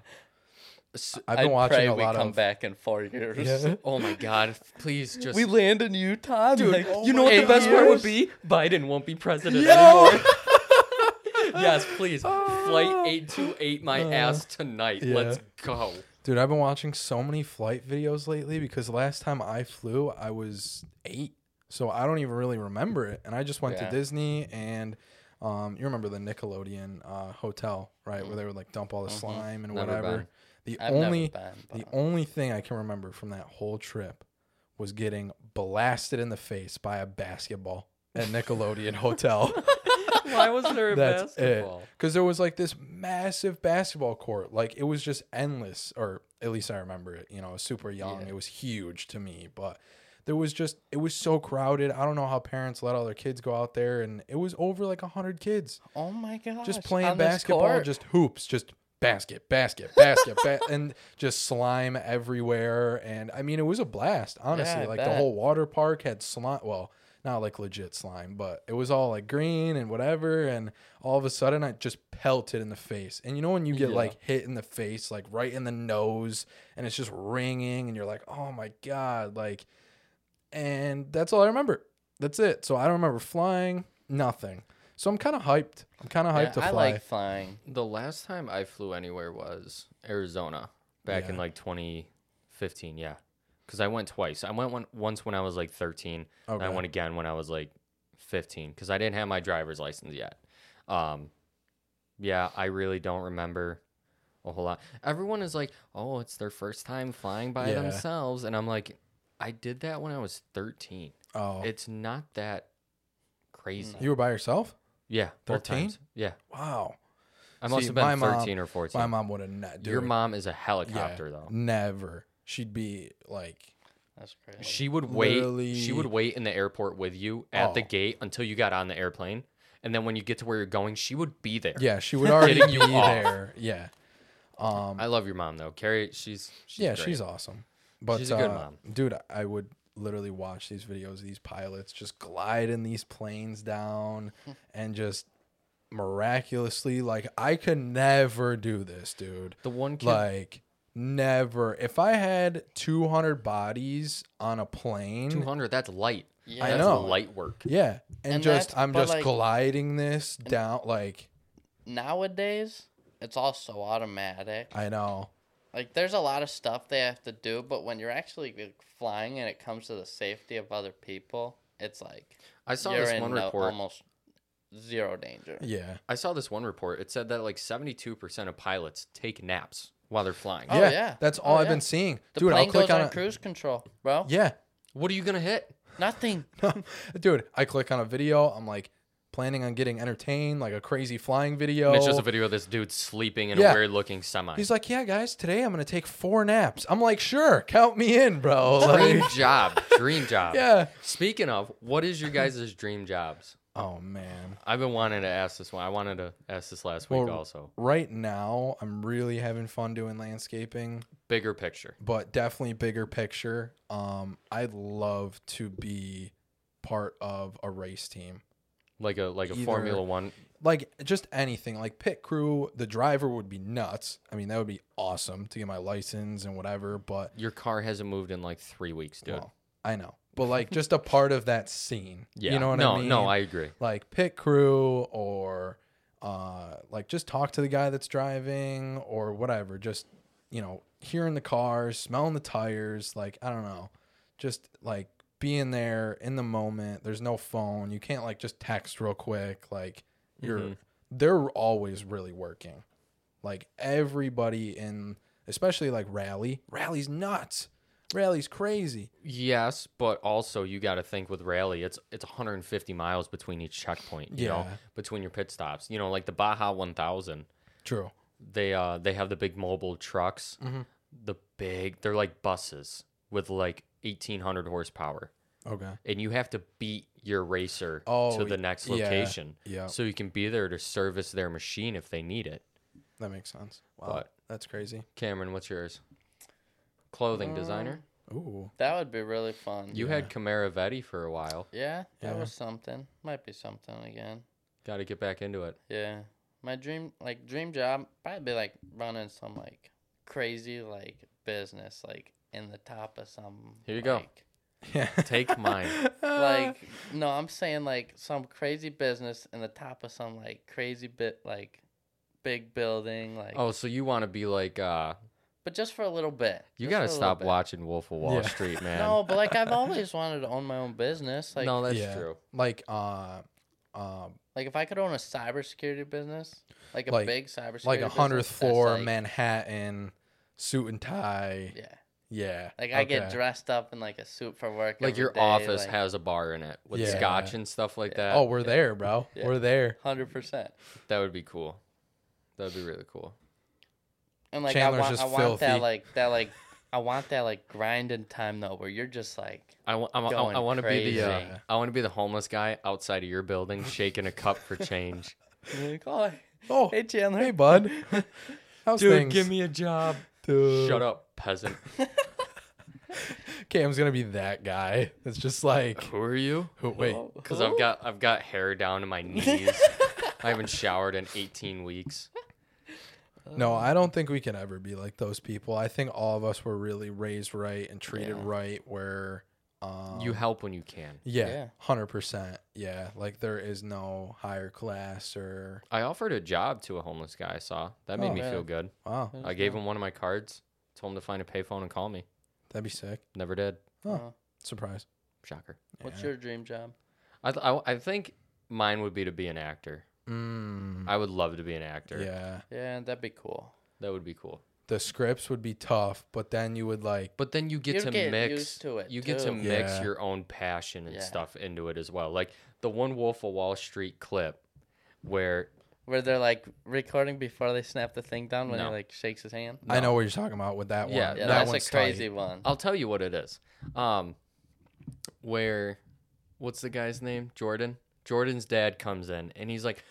B: S-
C: I've been
A: I'd
C: watching
A: pray
C: a
A: we
C: lot
A: come
C: of
A: back in four years.
C: Yeah.
B: oh my god please just
A: We land in Utah. Dude, like,
C: oh
B: you know what the
A: eight
B: best part would
A: years?
B: be? Biden won't be president
C: Yo!
B: anymore. yes, please. Flight 828 my ass tonight. Let's
C: yeah.
B: go.
C: Dude, I've been watching so many flight videos lately because last time I flew, I was eight. So I don't even really remember it. And I just went
A: Yeah.
C: to Disney and um, you remember the Nickelodeon uh, hotel, right? Where they would like dump all the slime and
B: Never
C: whatever.
B: been.
C: The
A: Mm-hmm. I've never
C: only
A: been,
C: the
A: but-
C: only thing I can remember from that whole trip was getting blasted in the face by a basketball. at Nickelodeon Hotel.
B: Why was there a
C: That's
B: basketball?
C: it. Because there was like this massive basketball court. Like it was just endless, or at least I remember it. You know, I was super young.
B: Yeah.
C: It was huge to me, but there was just it was so crowded. I don't know how parents let all their kids go out there, and it was over like hundred kids
A: Oh my god!
C: just playing basketball, just hoops, just basket, basket, basket, ba- and just slime everywhere. And I mean, it was a blast, honestly.
A: I
C: like the
A: bet.
C: whole water park had slime. Well, not like legit slime, but it was all like green and whatever. And all of a sudden, I just pelted in the face. And you know when you get
B: Yeah.
C: like hit in the face, like right in the nose, and it's just ringing, and you're like, oh my god, like. And that's all I remember. That's it. So I don't remember flying, nothing. So I'm kind of hyped. I'm kind of hyped to fly.
A: I like flying.
B: The last time I flew anywhere was Arizona back in
C: Yeah.
B: like 2015. Yeah. Because I went twice. I went one, once when I was like 13. and I
C: Okay.
B: went again when I was like 15 because I didn't have my driver's license yet. Um, yeah, I really don't remember a whole lot. Everyone is like, oh, it's their first time flying by
C: Yeah.
B: themselves. And I'm like, I did that when I was 13.
C: Oh,
B: It's not that crazy.
C: you were by yourself?
B: Yeah. both
C: 13?
B: times. Yeah.
C: Wow.
B: I
C: See,
B: must have been
C: my mom-
B: 13 or 14.
C: My mom would have not.
B: Your mom is a helicopter though.
C: Never. She'd be like,
A: That's crazy.
B: She would wait. She
C: Literally-
B: would wait in the airport with you at the
C: Oh.
B: gate until you got on the airplane, and then when you get to where you're going, she would be there.
C: yeah, she would already
B: Getting
C: be
B: you off.
C: there. Yeah. Um.
B: I love your mom though, Carrie. She's, she's
C: yeah,
B: great.
C: she's awesome. But
B: She's a good
C: uh,
B: mom.
C: dude, I would literally watch these videos. of These pilots just gliding these planes down, and just miraculously, like I could never do this, dude.
B: the one kid.
C: Like. Never. If I had 200 bodies on a plane,
B: Two hundred. That's light.
A: Yeah.
C: I
B: that's
C: know.
B: Light work.
C: Yeah, and,
A: And
C: just
A: that's-
C: I'm
A: but,
C: just
A: like-
C: gliding this down. Like
A: Nowadays, it's all so automatic.
C: I know.
A: Like, there's a lot of stuff they have to do, but when you're actually like, flying and it comes to the safety of other people, it's like
B: I saw
A: you're
B: this
A: in
B: one
A: no-
B: report.
A: almost zero danger.
C: Yeah,
B: I saw this one report. It said that like seventy-two percent of pilots take naps while they're flying.
A: Oh,
C: yeah,
A: yeah.
C: That's all
A: Oh,
C: I've
A: yeah.
C: been seeing,
A: The
C: dude.
A: plane
C: I'll click
A: goes
C: on,
A: on,
C: a,
A: cruise control, bro.
C: yeah,
B: What are you gonna hit?
A: Nothing.
C: dude. I click on a video. I'm like planning on getting entertained, like a crazy flying video.
B: And it's just a video of this dude sleeping in
C: Yeah.
B: a weird-looking semi.
C: He's like, yeah, guys, today I'm gonna take four naps. I'm like, sure, count me in, bro. Like,
B: dream job. Dream job.
C: yeah.
B: Speaking of, what is your guys' dream jobs?
C: Oh man.
B: I've been wanting to ask this one. I wanted to ask this last week
C: Well,
B: also.
C: Right now, I'm really having fun doing landscaping.
B: Bigger picture.
C: but definitely bigger picture. Um, I'd love to be part of a race team,
B: Like a like a
C: Either-
B: Formula One.
C: like just anything, like pit crew. The driver would be nuts. I mean, that would be awesome to get my license and whatever. But
B: Your car hasn't moved in like three weeks, dude.
C: well, I know, but like just a part of that scene.
B: yeah.
C: you know what
B: no,
C: I mean?
B: No, I agree.
C: like pit crew or uh, like just talk to the guy that's driving or whatever. Just you know, hearing the cars, smelling the tires. Like I don't know, just like being there in the moment. There's no phone. You can't like just text real quick. Like you're,
B: Mhm.
C: they're always really working. Like everybody in, especially like rally. Rally's nuts. Rally's crazy.
B: Yes, but also you got to think with rally, it's it's 150 miles between each checkpoint. You know,
C: Yeah.
B: between your pit stops. You know, like the Baja 1000.
C: True.
B: They uh they have the big mobile trucks.
C: Mhm.
B: The big they're like buses with like 1800 horsepower.
C: Okay.
B: and you have to beat your racer
C: Oh,
B: to the next
C: yeah,
B: location.
A: Oh.
C: yeah.
B: So you can be there to service their machine if they need it.
C: That makes sense. Wow.
B: But-
C: that's crazy.
B: Cameron, what's yours? Clothing
A: Uh,
B: designer.
C: Ooh.
A: That would be really fun.
B: You had Camara Vetti for a while.
A: yeah, that
C: Yeah.
A: was something. Might be something again.
B: Got to get back into it.
A: Yeah. My dream like dream job probably be like running some like crazy like business like in the top of some
B: Here you go.
A: like-
C: Yeah.
B: Take mine.
A: Like no, I'm saying like some crazy business in the top of some like crazy bit like big building like
B: Oh, so you want to be like uh
A: but just for a little bit.
B: you
A: just for
B: got to
A: a little
B: stop
A: bit.
B: watching Wolf of Wall
C: Yeah.
B: Street, man.
A: No, but like I've always wanted to own my own business. Like
B: No, that's
C: Yeah.
B: true.
C: like uh uh
A: like if I could own a cybersecurity business, like a
C: Like-
A: big cybersecurity
C: like a hundredth
A: business, that's,
C: floor
A: like-
C: Manhattan suit and tie
A: Yeah.
C: Yeah.
A: Like I get
C: okay.
A: dressed up in like a suit for work.
B: Like
A: every
B: your
A: day,
B: office
A: like,
B: has a bar in it with
C: Yeah.
B: scotch and stuff like that.
C: Oh, we're there, bro.
A: Yeah.
C: We're there.
A: hundred percent.
B: that would be cool. That would be really cool.
A: And like
C: Chandler's
A: I want,
C: just
A: I want
C: filthy.
A: that like that like I want that like grinding time though, where you're just like
B: I want. I,
A: Going
B: want to be the. Uh,
A: crazy.
B: I want to be the homeless guy outside of your building, shaking a cup for change.
A: you're like, oh,
C: Oh,
A: hey Chandler,
C: hey, bud. How's things?
B: me a job.
C: Dude.
B: Shut up, peasant.
C: Cam's gonna be that guy. It's just like,
B: Who are you?
C: who, wait,
A: Oh,
B: Because I've
A: oh.
B: got I've got hair down to my knees. I haven't showered in 18 weeks.
C: no, I don't think we can ever be like those people. I think all of us were really raised right and treated
A: Yeah.
C: right. Where, um,
B: You help when you can.
C: yeah,
A: Yeah.
C: hundred percent, yeah. Like there is no higher class or
B: I offered a job to a homeless guy I saw. That made
C: Oh,
B: me
A: yeah.
B: feel good.
C: wow,
A: That's
B: I gave
A: nice.
B: him one of my cards. Told him to find a payphone and call me.
C: that'd be sick.
B: Never did.
C: Oh.
A: Uh,
C: Surprise.
B: Shocker.
A: What's
C: Yeah.
A: your dream job?
B: I, th- I I think mine would be to be an actor.
C: Mm,
B: I would love to be an actor.
C: yeah,
A: Yeah, that'd be cool.
B: That would be cool.
C: the scripts would be tough, but then you would like,
B: But then you get
A: You
B: to
A: get
B: mix
A: used to it,
B: you get to
A: too.
B: mix
C: Yeah.
B: your own passion and
A: Yeah.
B: stuff into it as well. Like the one Wolf of Wall Street clip where
A: Where they're like recording before they snap the thing down when
B: No.
A: he like shakes his hand.
C: I
B: No.
C: know what you're talking about with that one.
B: Yeah,
A: Yeah,
C: that one's
A: that's a
C: tight. Oh,
A: crazy one.
B: I'll tell you what it is. Um, where, what's the guy's name? Jordan. Jordan's dad comes in and he's like,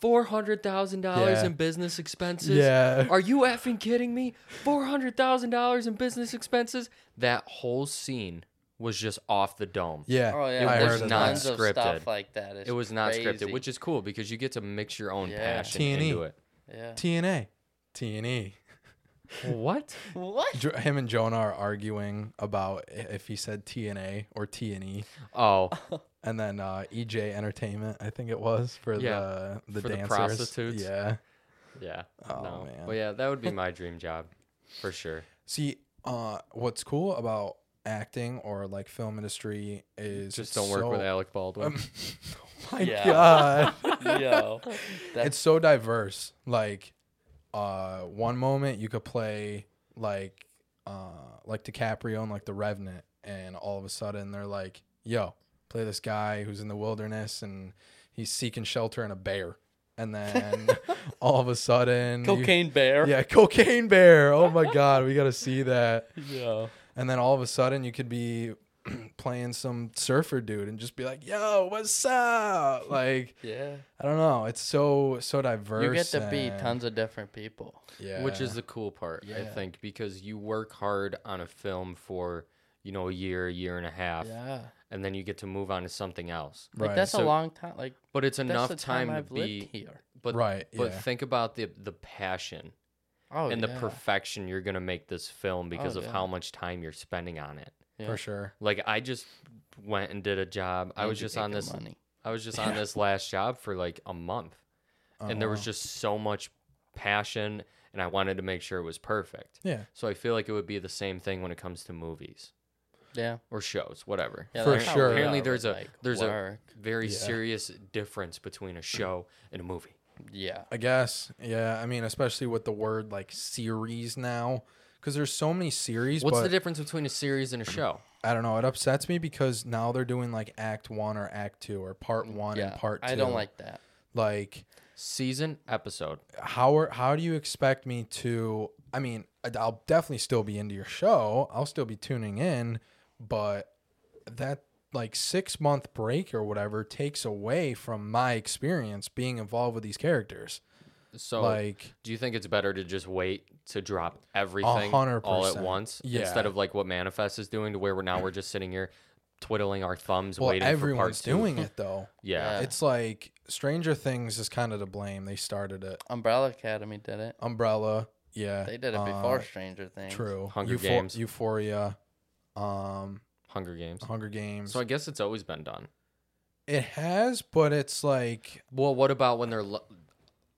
B: four hundred thousand dollars
C: Yeah.
B: in business expenses.
C: Yeah.
B: Are you effing kidding me? Four hundred thousand dollars in business expenses. That whole scene was just off the dome.
C: Yeah.
A: Oh yeah,
C: I
B: was
A: there's
C: heard of
B: not
C: that.
A: tons of
B: scripted.
A: stuff like that. It's
B: It was not
A: crazy.
B: scripted, which is cool because you get to mix your own
A: Yeah.
B: passion
C: T&E.
B: into it.
A: yeah.
C: TNA. TNA.
B: What?
A: What?
C: E. Jo- Him and Jonah are arguing about i- if he said TNA or TNE.
B: Oh,
C: And then uh, EJ Entertainment, I think it was, for
B: Yeah,
C: the, the
B: for the
C: dancers.
B: prostitutes.
C: Yeah.
B: yeah.
C: Oh,
B: no.
C: man.
B: But yeah, that would be my dream job, for sure.
C: See, uh, what's cool about acting or like film industry is
B: Just
C: it's
B: don't work with
C: so-
B: Alec Baldwin.
C: Um, oh my
A: Yeah.
C: God.
A: Yo, that's
C: it's so diverse. Like, uh, one moment you could play like, uh, like DiCaprio and like The Revenant, and all of a sudden they're like, "Yo, play this guy who's in the wilderness and he's seeking shelter in a bear," and then all of a sudden, you-
A: cocaine bear.
C: yeah, cocaine bear. Oh my God, we gotta see that.
A: Yo.
C: And then all of a sudden you could be playing some surfer dude and just be like, "Yo, what's up?" Like.
A: Yeah.
C: I don't know. It's so so diverse.
A: You get to be
C: and-
A: tons of different people.
C: yeah.
B: which is the cool part i
A: Yeah.
B: think because you work hard on a film for you know a year a year and a half
A: Yeah.
B: and then you get to move on to something else
C: right.
A: Like that's
B: So
A: a long time. Like
B: but it's
A: that's
B: enough
A: the
B: time,
A: time, I've
B: to
A: lived
B: be
A: here.
B: but
C: right.
B: but
C: yeah.
B: think about the the passion
A: Oh,
B: and the
A: yeah. Oh,
B: perfection you're going to make this film because of
A: yeah.
B: how much time you're spending on it
A: yeah.
C: for sure.
B: like i just went and did a job i
A: And
B: was
A: you
B: just
A: make
B: on
A: the
B: this
A: Money.
B: i was just on this last job for like a month
C: Oh,
B: and there was
C: wow.
B: just so much passion and i wanted to make sure it was perfect
C: yeah.
B: So I feel like it would be the same thing when it comes to movies
A: Yeah.
B: or shows, whatever.
A: yeah
C: For
A: that's how
C: sure.
A: we
B: Apparently
A: are
B: there's
A: with,
B: a-
A: like,
B: there's a-
A: work.
B: Very
C: Yeah.
B: serious difference between a show and a movie.
A: yeah.
C: I guess. Yeah. I mean, especially with the word like series now, because there's so many series.
B: What's
C: but
B: the difference between a series and a show?
C: I don't know. It upsets me because now they're doing like Act One or Act Two or Part One
A: Mm, yeah.
C: and Part Two.
A: I don't like that.
C: like
B: Season, episode.
C: how are, how do you expect me to? I mean, I- I'll definitely still be into your show. I'll still be tuning in, but that like six month break or whatever takes away from my experience being involved with these characters.
B: So
C: like,
B: do you think it's better to just wait to drop everything
C: hundred
B: all at
C: percent.
B: once
C: Yeah.
B: instead of like what Manifest is doing to where we're now we're just sitting here twiddling our thumbs
C: well,
B: waiting for part
C: everyone's
B: two?
C: doing it though.
A: Yeah.
B: Yeah.
C: It's like Stranger Things is kind of to blame. They started it.
A: Umbrella Academy did it.
C: Umbrella, yeah,
A: They did it
C: uh,
A: before Stranger Things.
C: True.
B: Hunger Games.
C: Euphoria, um,
B: Hunger Games.
C: Hunger Games.
B: So I guess it's always been done.
C: it has, but it's like
B: Well, what about when they're li-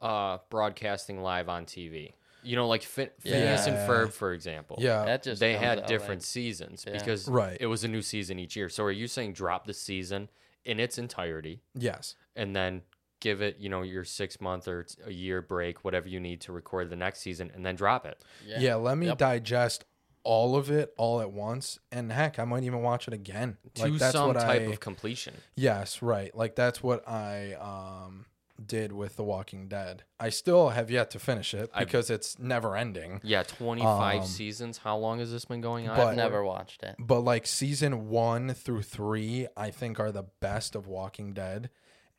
B: uh, broadcasting live on TV? You know, like fin- Phineas and
C: Yeah.
B: Ferb, for example.
C: yeah,
A: That just
B: they
A: comes
B: had
A: out,
B: different seasons
A: Yeah.
B: because
C: Right.
B: it was a new season each year. So are you saying drop the season in its entirety
C: yes.
B: and then give it, you know, your six month or t- a year break, whatever you need to record the next season, and then drop it?
A: Like,
C: Yeah, let me
A: Yep.
C: digest all of it all at once. And heck, I might even watch it again. Like
B: to
C: that's
B: some
C: what
B: type
C: I,
B: of completion.
C: Yes, right. Like that's what I um did with The Walking Dead. I still have yet to finish it
B: I-
C: because it's never ending.
B: Yeah, 25
C: Um,
B: seasons. How long has this been going on?
C: but-
A: I've never watched it.
C: But like season 1 through 3 I think are the best of Walking Dead.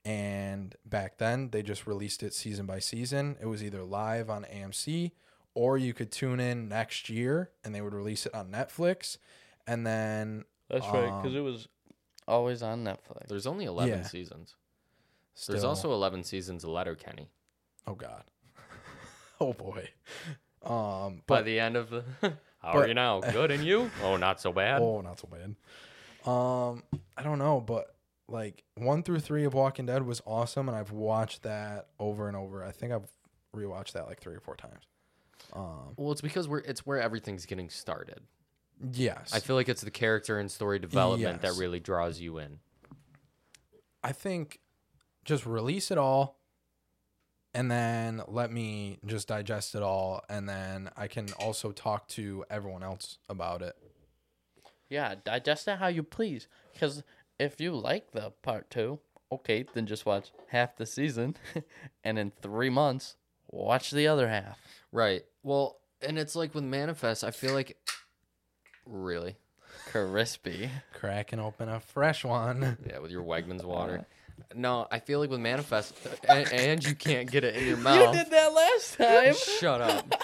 C: And back then they just released it season by season. It was either live on AMC or you could tune in next year and they would release it on Netflix. And then
A: That's right, because
C: um,
A: it was always on Netflix.
B: There's only 11
C: Yeah.
B: seasons.
C: still,
B: There's also 11 seasons of Letterkenny.
C: Oh god. oh boy. Um
B: By the end of the. How are
C: but-
B: you now? Good and you? Oh, not so bad.
C: Oh, not so bad. Um, I don't know, but like one through three of Walking Dead was awesome, and I've watched that over and over. I think I've rewatched that like three or four times. Um,
B: Well, it's because we're it's where everything's getting started.
C: yes,
B: I feel like it's the character and story development
C: Yes.
B: that really draws you in.
C: I think just release it all, and then let me just digest it all, and then I can also talk to everyone else about it.
A: Yeah, digest it how you please. Because if you like the part two, okay, then just watch half the season, and in three months, watch the other half.
B: Right. Well, and it's like with Manifest, I feel like really.
A: Crispy.
C: Cracking open a fresh one.
B: Yeah, with your Wegmans water. No, I feel like with Manifest, and, and you can't get it in your
A: You
B: mouth.
A: did that last time.
B: Shut up.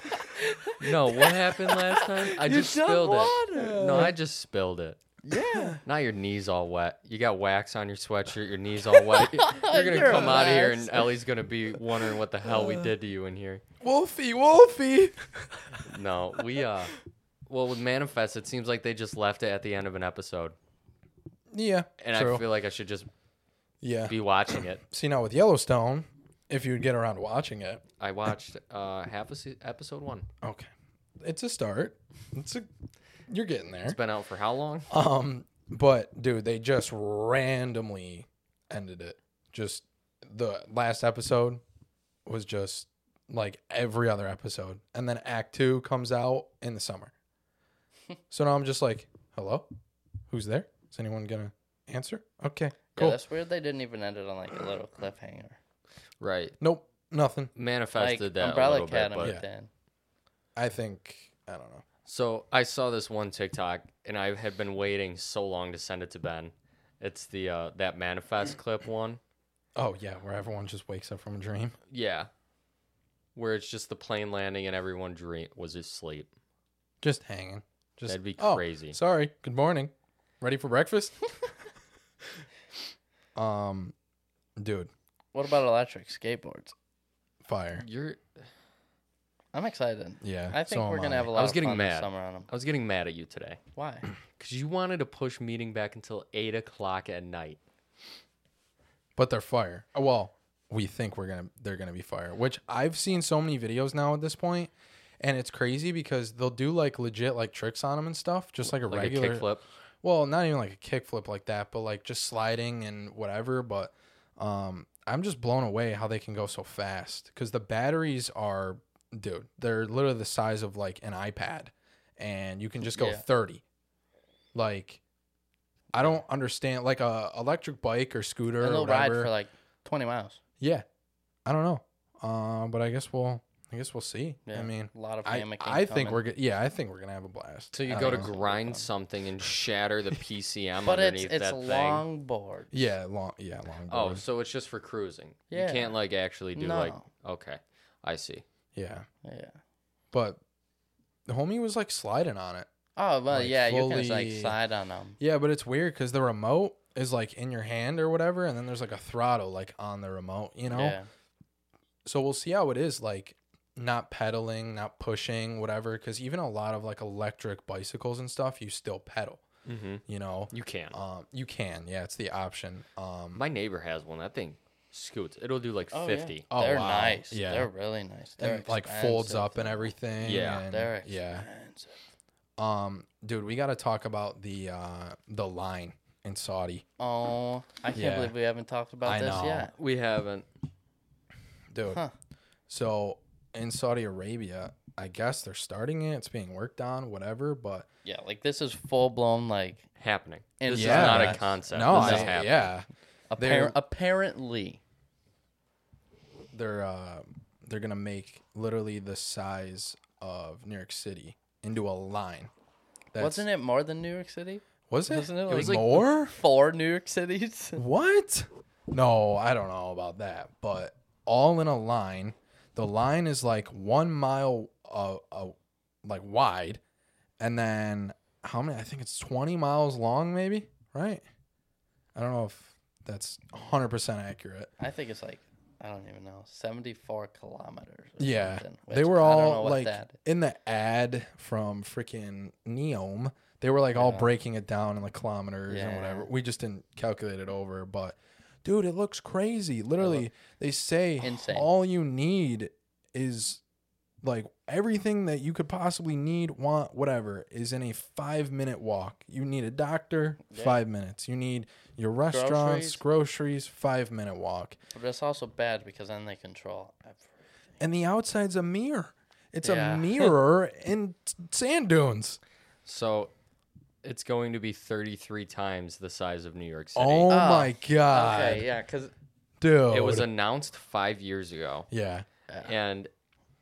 B: No, what happened last time? I
A: You
B: just
A: dumped
B: spilled it.
A: water.
B: No, I just spilled it.
A: Yeah.
B: Now your knees all wet. You got wax on your sweatshirt. Your knees all wet. You're gonna
A: You're a
B: come out of here, and
A: mess.
B: Ellie's gonna be wondering what the hell
A: Uh.
B: we did to you in here.
C: Wolfie, Wolfie.
B: No, we uh, well with Manifest, it seems like they just left it at the end of an episode,
C: yeah,
B: and
C: true.
B: I feel like I should just
C: yeah.
B: be watching it.
C: See now with Yellowstone, if you'd get around to watching it,
B: I watched uh half a se- episode one.
C: okay, it's a start. It's a you're getting there.
B: It's been out for how long?
C: Um, but dude, they just randomly ended it. Just the last episode was just like every other episode, and then Act Two comes out in the summer. so now I'm just like, hello, who's there? Is anyone gonna answer? Okay,
A: Yeah,
C: cool.
A: that's weird. They didn't even end it on like a little cliffhanger.
B: Right,
C: nope, nothing.
B: Manifest
A: Like
B: did that a
A: Umbrella
B: little bit,
A: Academy
B: but
C: Yeah.
A: then.
C: I think I don't know.
B: So I saw this one TikTok, and I had been waiting so long to send it to Ben. It's the uh, that manifest clip one.
C: Oh yeah, where everyone just wakes up from a dream.
B: Yeah, where it's just the plane landing and everyone dream was asleep.
C: Just hanging. Just
B: That'd be
C: "Oh,
B: crazy."
C: sorry. Good morning. Ready for breakfast? um dude,
A: What about electric skateboards?
C: fire.
B: You're.
A: I'm excited.
C: Yeah.
A: I think
C: so
A: we're
C: am
A: gonna have a lot
B: was
A: of
B: getting
A: fun
B: mad.
A: this summer on them.
B: I was getting mad at you today
A: Why?
B: because you wanted to push meeting back until eight o'clock at night.
C: But they're fire. Uh, Well, we think we're gonna they're gonna be fire. Which I've seen so many videos now at this point, and it's crazy because they'll do like legit like tricks on them and stuff, just like a
B: Like
C: regular
B: a kickflip.
C: well, not even like a kickflip like that, but like just sliding and whatever. But um, I'm just blown away how they can go so fast because the batteries are, dude, they're literally the size of like an iPad, and you can just go
A: Yeah.
C: 30. Like, I don't understand like a electric bike or scooter
A: And
C: or
A: they'll ride
C: whatever.
A: for like 20 miles.
C: yeah, I don't know. Uh, but I guess we'll, I guess we'll see.
A: Yeah.
C: I mean,
A: a lot of
C: I,
A: hammocking.
C: I think
A: coming.
C: we're gonna, yeah, I think we're gonna have a blast.
B: So you
C: I
B: go to
C: don't know.
B: grind something and shatter the PCM
A: But it's
B: underneath
A: it's
B: that thing.
A: longboard.
C: yeah, long, yeah, long.
B: Oh,
C: board.
B: so it's just for cruising.
A: Yeah.
B: You can't like actually do like.
A: No.
B: Okay, I see.
C: yeah.
A: Yeah.
C: but the homie was like sliding on it.
A: Oh well,
C: Like,
A: yeah. You can just like
C: fully-
A: slide on them.
C: Yeah, but it's weird because the remote is like in your hand or whatever, and then there's like a throttle like on the remote, you know.
A: Yeah.
C: So we'll see how it is like not pedaling, not pushing, whatever. Because even a lot of like electric bicycles and stuff, you still pedal,
B: Mm-hmm.
C: you know.
B: You can.
C: Um, you can, yeah, it's the option. Um,
B: My neighbor has one. That thing scoots. It'll do like
A: Oh, yeah.
B: 50.
C: Oh,
A: They're
C: wow.
A: nice.
C: Yeah.
A: They're really nice. They're
C: and like folds
A: expensive.
C: up and everything.
B: Yeah.
C: and-
A: They're
C: yeah.
A: expensive.
C: Um, dude, we got to talk about the uh the line in Saudi,
A: Oh, I can't
C: Yeah.
A: believe we haven't talked about
C: I
A: this
C: know.
A: yet.
B: We haven't.
C: dude.
A: Huh.
C: So in Saudi Arabia, I guess they're starting it. It's being worked on, whatever. But
A: Yeah, like this is full blown like
B: happening.
A: And
B: this
C: yeah.
B: is not
A: Yeah.
B: a concept.
C: no,
B: this is
C: I,
B: happening.
C: yeah, They're-
A: appar- apparently.
C: they're uh, they're gonna make literally the size of New York City into a line. That's,
A: Wasn't it more than New York City?
C: Was it?
A: wasn't it
C: it
A: like-
C: was more?
A: Four New York Cities.
C: What? No, I don't know about that, but all in a line. The line is like one mile, uh, uh like wide, and then how many? I think it's twenty miles long, maybe. Right? I don't know if that's hundred percent accurate.
A: I think it's like I don't even know, seventy four kilometers. Or
C: Yeah,
A: something,
C: they
A: which
C: were
A: I don't know
C: all
A: what
C: like
A: that-
C: in the ad from freaking Neom. They were like all
A: Yeah.
C: breaking it down in the kilometers and
A: Yeah.
C: whatever. We just didn't calculate it over, but dude, it looks crazy. Literally, they say
A: insane.
C: all you need is like everything that you could possibly need, want, whatever is in a five minute walk. You need a doctor,
A: Yeah.
C: five minutes. You need your restaurants, groceries, five minute walk.
A: But it's also bad because then they control.
C: Uh,
A: every-
C: And the outside's a mirror. It's
A: Yeah.
C: a mirror in t- sand dunes.
B: So it's going to be 33 times the size of New York City.
C: Oh,
A: Ah,
C: my god,
A: Okay, yeah, because
C: dude!
B: It was announced five years ago,
C: yeah.
B: and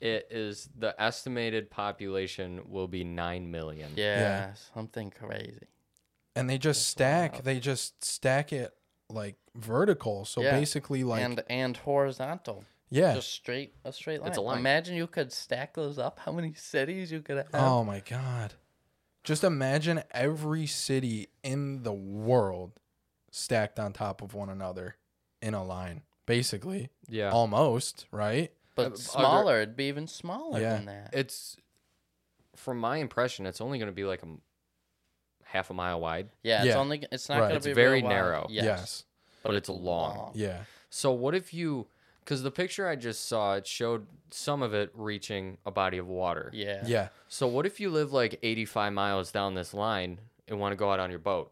B: it is the estimated population will be 9 million.
A: yeah,
C: Yeah.
A: something crazy.
C: And they just stack. They just stack it like vertical. So
A: Yeah.
C: basically, like
A: and and horizontal,
C: yeah.
A: just straight a straight line.
B: It's a line.
A: Imagine you could stack those up. How many cities you could have?
C: Oh my god. Just imagine every city in the world stacked on top of one another in a line, basically.
B: Yeah.
C: Almost, right?
B: Uh,
A: but
B: other-
A: smaller, it'd be even smaller
C: Yeah.
A: than that.
B: It's, from my impression, it's only going to be like a m- half a mile wide,
A: yeah, it's
C: yeah.
A: only it's not
C: Right.
A: gonna
B: It's
A: be real
B: very
A: wide.
B: narrow.
A: Yes,
C: Yes.
B: but it's long.
C: Yeah.
B: So what if you. Because the picture I just saw, it showed some of it reaching a body of water.
A: Yeah,
C: Yeah.
B: So what if you live like 85 miles down this line and want to go out on your boat?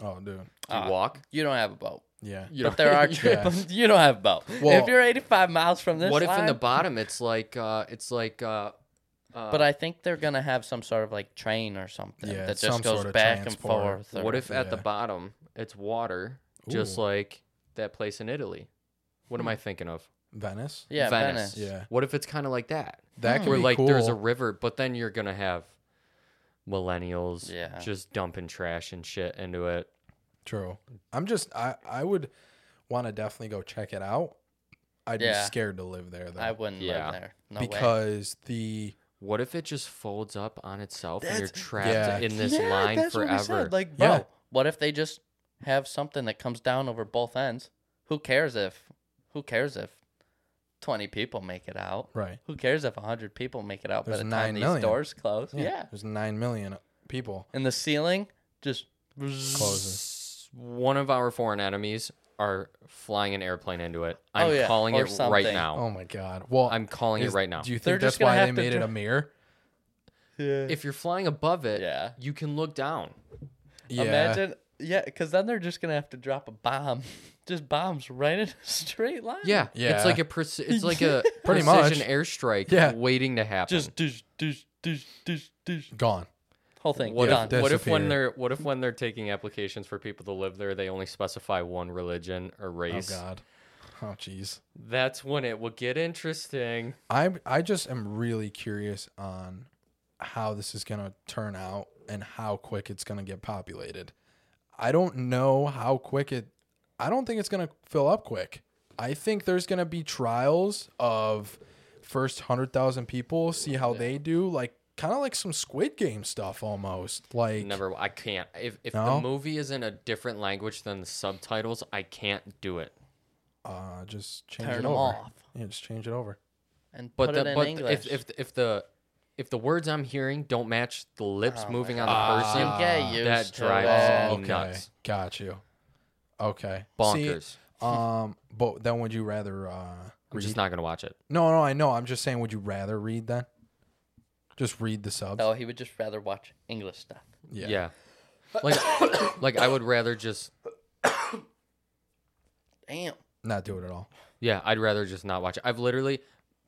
C: Oh, dude.
B: Do you
A: Ah.
B: walk?
A: You don't have a boat.
C: Yeah.
B: You
A: But
B: don't-
A: there are
B: Yeah.
A: trips. You don't have boat. if
C: Well-
A: you're 85 miles from this,
B: What if in the
A: line-
B: bottom it's like uh it's like uh, uh
A: But I think they're gonna have some sort of like train or something
C: Yeah,
A: that
C: some
A: just goes
C: sort of
A: back and
C: transport.
A: forth. Or,
B: what if at the
C: yeah.
B: bottom it's water just
C: Ooh.
B: like that place in Italy? What am I thinking of?
C: Venice?
A: yeah, Venice?
B: Venice.
C: Yeah.
B: What if it's kind of like that?
C: That could
B: Where
C: be
B: like
C: cool.
B: there's a river, but then you're going to have millennials
A: Yeah.
B: just dumping trash and shit into it.
C: True. I'm just I I would want to definitely go check it out. I'd
A: Yeah.
C: be scared to live there though.
A: I wouldn't
B: Yeah.
A: live there. No way.
C: because the
B: What if it just folds up on itself and you're
A: That's-
B: trapped
C: Yeah.
B: in this line forever?
A: Like, bro,
C: Yeah.
A: what if they just have something that comes down over both ends? Who cares if? Who cares if 20 people make it out?
C: right.
A: Who cares if 100 people make it out
C: There's
A: by the time
C: nine
A: these
C: million.
A: doors close? Yeah.
C: There's 9 million people.
A: And the ceiling just
B: s- one of our foreign enemies are flying an airplane into it. I'm
A: Oh, yeah,
B: calling
A: or
B: it right
A: something.
B: now.
C: Oh my god. Well,
B: I'm calling it
C: Is-
B: right now.
C: Do you
A: They're
C: think
A: just
C: that's
A: gonna
C: why they
A: have to
C: made it
A: dri-
C: a mirror?
B: if you're flying above it,
A: Yeah.
B: you can look down.
C: Yeah.
A: Imagine, yeah, because then they're just gonna have to drop a bomb, just bombs right in a straight line.
B: Yeah,
C: Yeah.
B: It's like a preci- it's like a
C: Pretty
B: precision
C: much.
B: airstrike
C: Yeah.
B: waiting to happen.
A: just dish, dish, dish, dish, dish.
C: Gone.
A: Whole thing
B: what
A: done.
B: if, what if when
C: Disappear.
B: they're what if when they're taking applications for people to live there, they only specify one religion or
C: Oh
B: race?
C: god. Oh jeez.
B: That's when it will get interesting.
C: I I just am really curious on how this is gonna turn out and how quick it's gonna get populated. I don't know how quick it. I don't think it's gonna fill up quick. I think there's gonna be trials of first hundred thousand people, see how they do, like kind of like some Squid Game stuff almost. Like
B: Never, I can't. If if the
C: No?
B: movie is in a different language than the subtitles, I can't do it.
C: uh, just change
A: Turn
C: it
A: them
C: over.
A: off
C: Yeah, just change it over.
A: and
B: But
A: put
B: the,
A: it in
B: but the-
A: English.
B: if if if the if the words I'm hearing don't match the lips
A: Oh my
B: moving on
A: God.
B: the
A: you
B: person,
A: get used
B: Ah, that
A: to
B: drives
A: it.
B: me
C: okay,
B: nuts.
C: got you. Okay, See,
B: bonkers.
C: Um, but then would you rather? Uh,
B: I'm
C: read?
B: just not gonna watch it.
C: no, no, I know. I'm just saying. Would you rather read then? Just read the subs.
A: No, Oh, he would just rather watch English stuff.
C: Yeah.
B: Yeah. Like like I would rather just
A: Damn.
C: Not do it at all.
B: yeah, I'd rather just not watch it. I've literally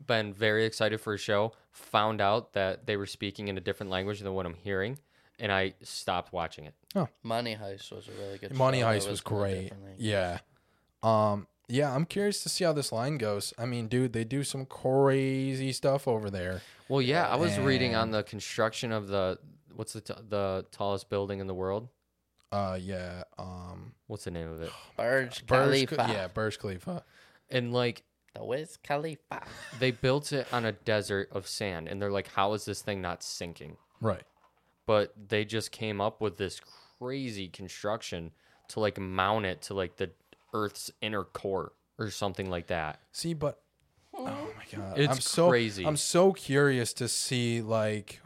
B: been very excited for a show, found out that they were speaking in a different language than what I'm hearing, and I stopped watching it.
A: Money Heist was a really good.
C: Money
A: show that
C: Heist was,
A: from a
C: great.
A: different league.
C: Yeah. Um yeah, I'm curious to see how this line goes. I mean, dude, they do some crazy stuff over there.
B: Well, yeah, I was reading on
C: And-
B: the construction of the what's the t- the tallest building in the world?
C: Uh yeah, um
B: What's the name of it?
A: Burj
C: Burj
A: Khalifa.
C: Khalifa. yeah, Burj Khalifa.
B: And like
A: The Wiz Khalifa.
B: they built it on a desert of sand, and they're like, how is this thing not sinking?
C: Right.
B: But they just came up with this crazy construction to like mount it to like the Earth's inner core or something like that.
C: See, but oh
A: Hmm?
C: my god,
B: It's
C: I'm so
B: crazy.
C: I'm so curious to see like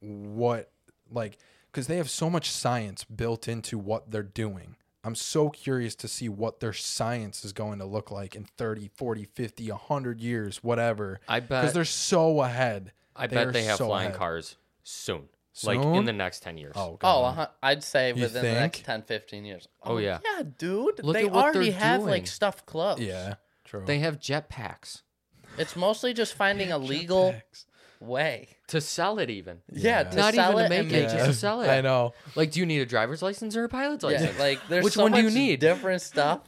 C: what like because they have so much science built into what they're doing. I'm so curious to see what their science is going to look like in 30, 40, 50, 100 years, whatever.
B: I
C: Because
B: bet
C: they're so ahead.
B: I
C: they are
B: bet they have
C: so
B: flying
C: ahead.
B: cars soon. Like in
C: Soon?
B: the next 10 years.
C: Oh,
A: Oh,
C: God.
A: uh-huh. I'd say
C: You
A: within the next
C: think?
A: 10, 15 years.
B: Oh, yeah.
A: Yeah, dude.
B: Look
A: they
B: at what they're
A: already have
B: doing.
A: like stuff close.
C: yeah, true.
B: They have jetpacks
A: It's mostly just finding a legal
C: Jetpacks.
A: way.
B: to sell it, even.
A: Yeah,
C: Yeah.
A: to
B: Not
A: sell
B: even to
A: it
B: make
A: and
B: it, just to
A: it.
B: sell it.
C: I know.
B: Like, do you need a driver's license or a pilot's
A: Yeah,
B: license?
A: like there's
B: Which
A: so
B: one do you
A: much
B: need?
A: different stuff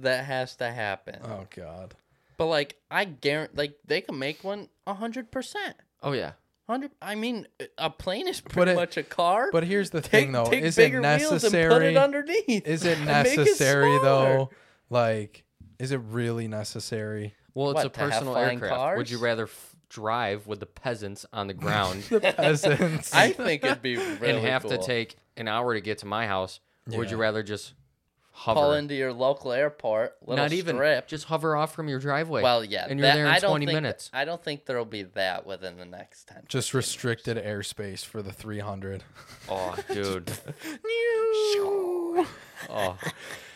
A: that has to happen.
C: Oh God.
A: But like I guarantee, like they can make one hundred percent.
B: oh yeah,
A: Hundred. I mean, a plane is pretty
C: it-
A: much a car.
C: But here's the thing,
A: take,
C: though:
A: take
C: is it
A: bigger wheels and put
C: necessary?
A: it underneath.
C: Is it
A: and make it
C: necessary though?
A: smaller.
C: Like, is it really necessary?
B: Well, it's
A: What,
B: a
A: to have
B: personal
A: flying
B: aircraft. Would
A: cars?
B: you rather f- drive with the peasants on the ground
C: The peasants.
A: I think it'd be really
B: and have
A: cool.
B: to take an hour to get to my house? Or would you
C: Yeah.
B: rather just hover?
A: Pull into your local airport, little
B: Not even
A: strip.
B: just hover off from your driveway.
A: well, yeah,
B: and you're
A: that-
B: there
A: I
B: in
A: don't
B: 20
A: think-
B: minutes.
A: I don't think there'll be that within the next ten.
C: just restricted airspace for the 300.
B: Oh, dude. oh,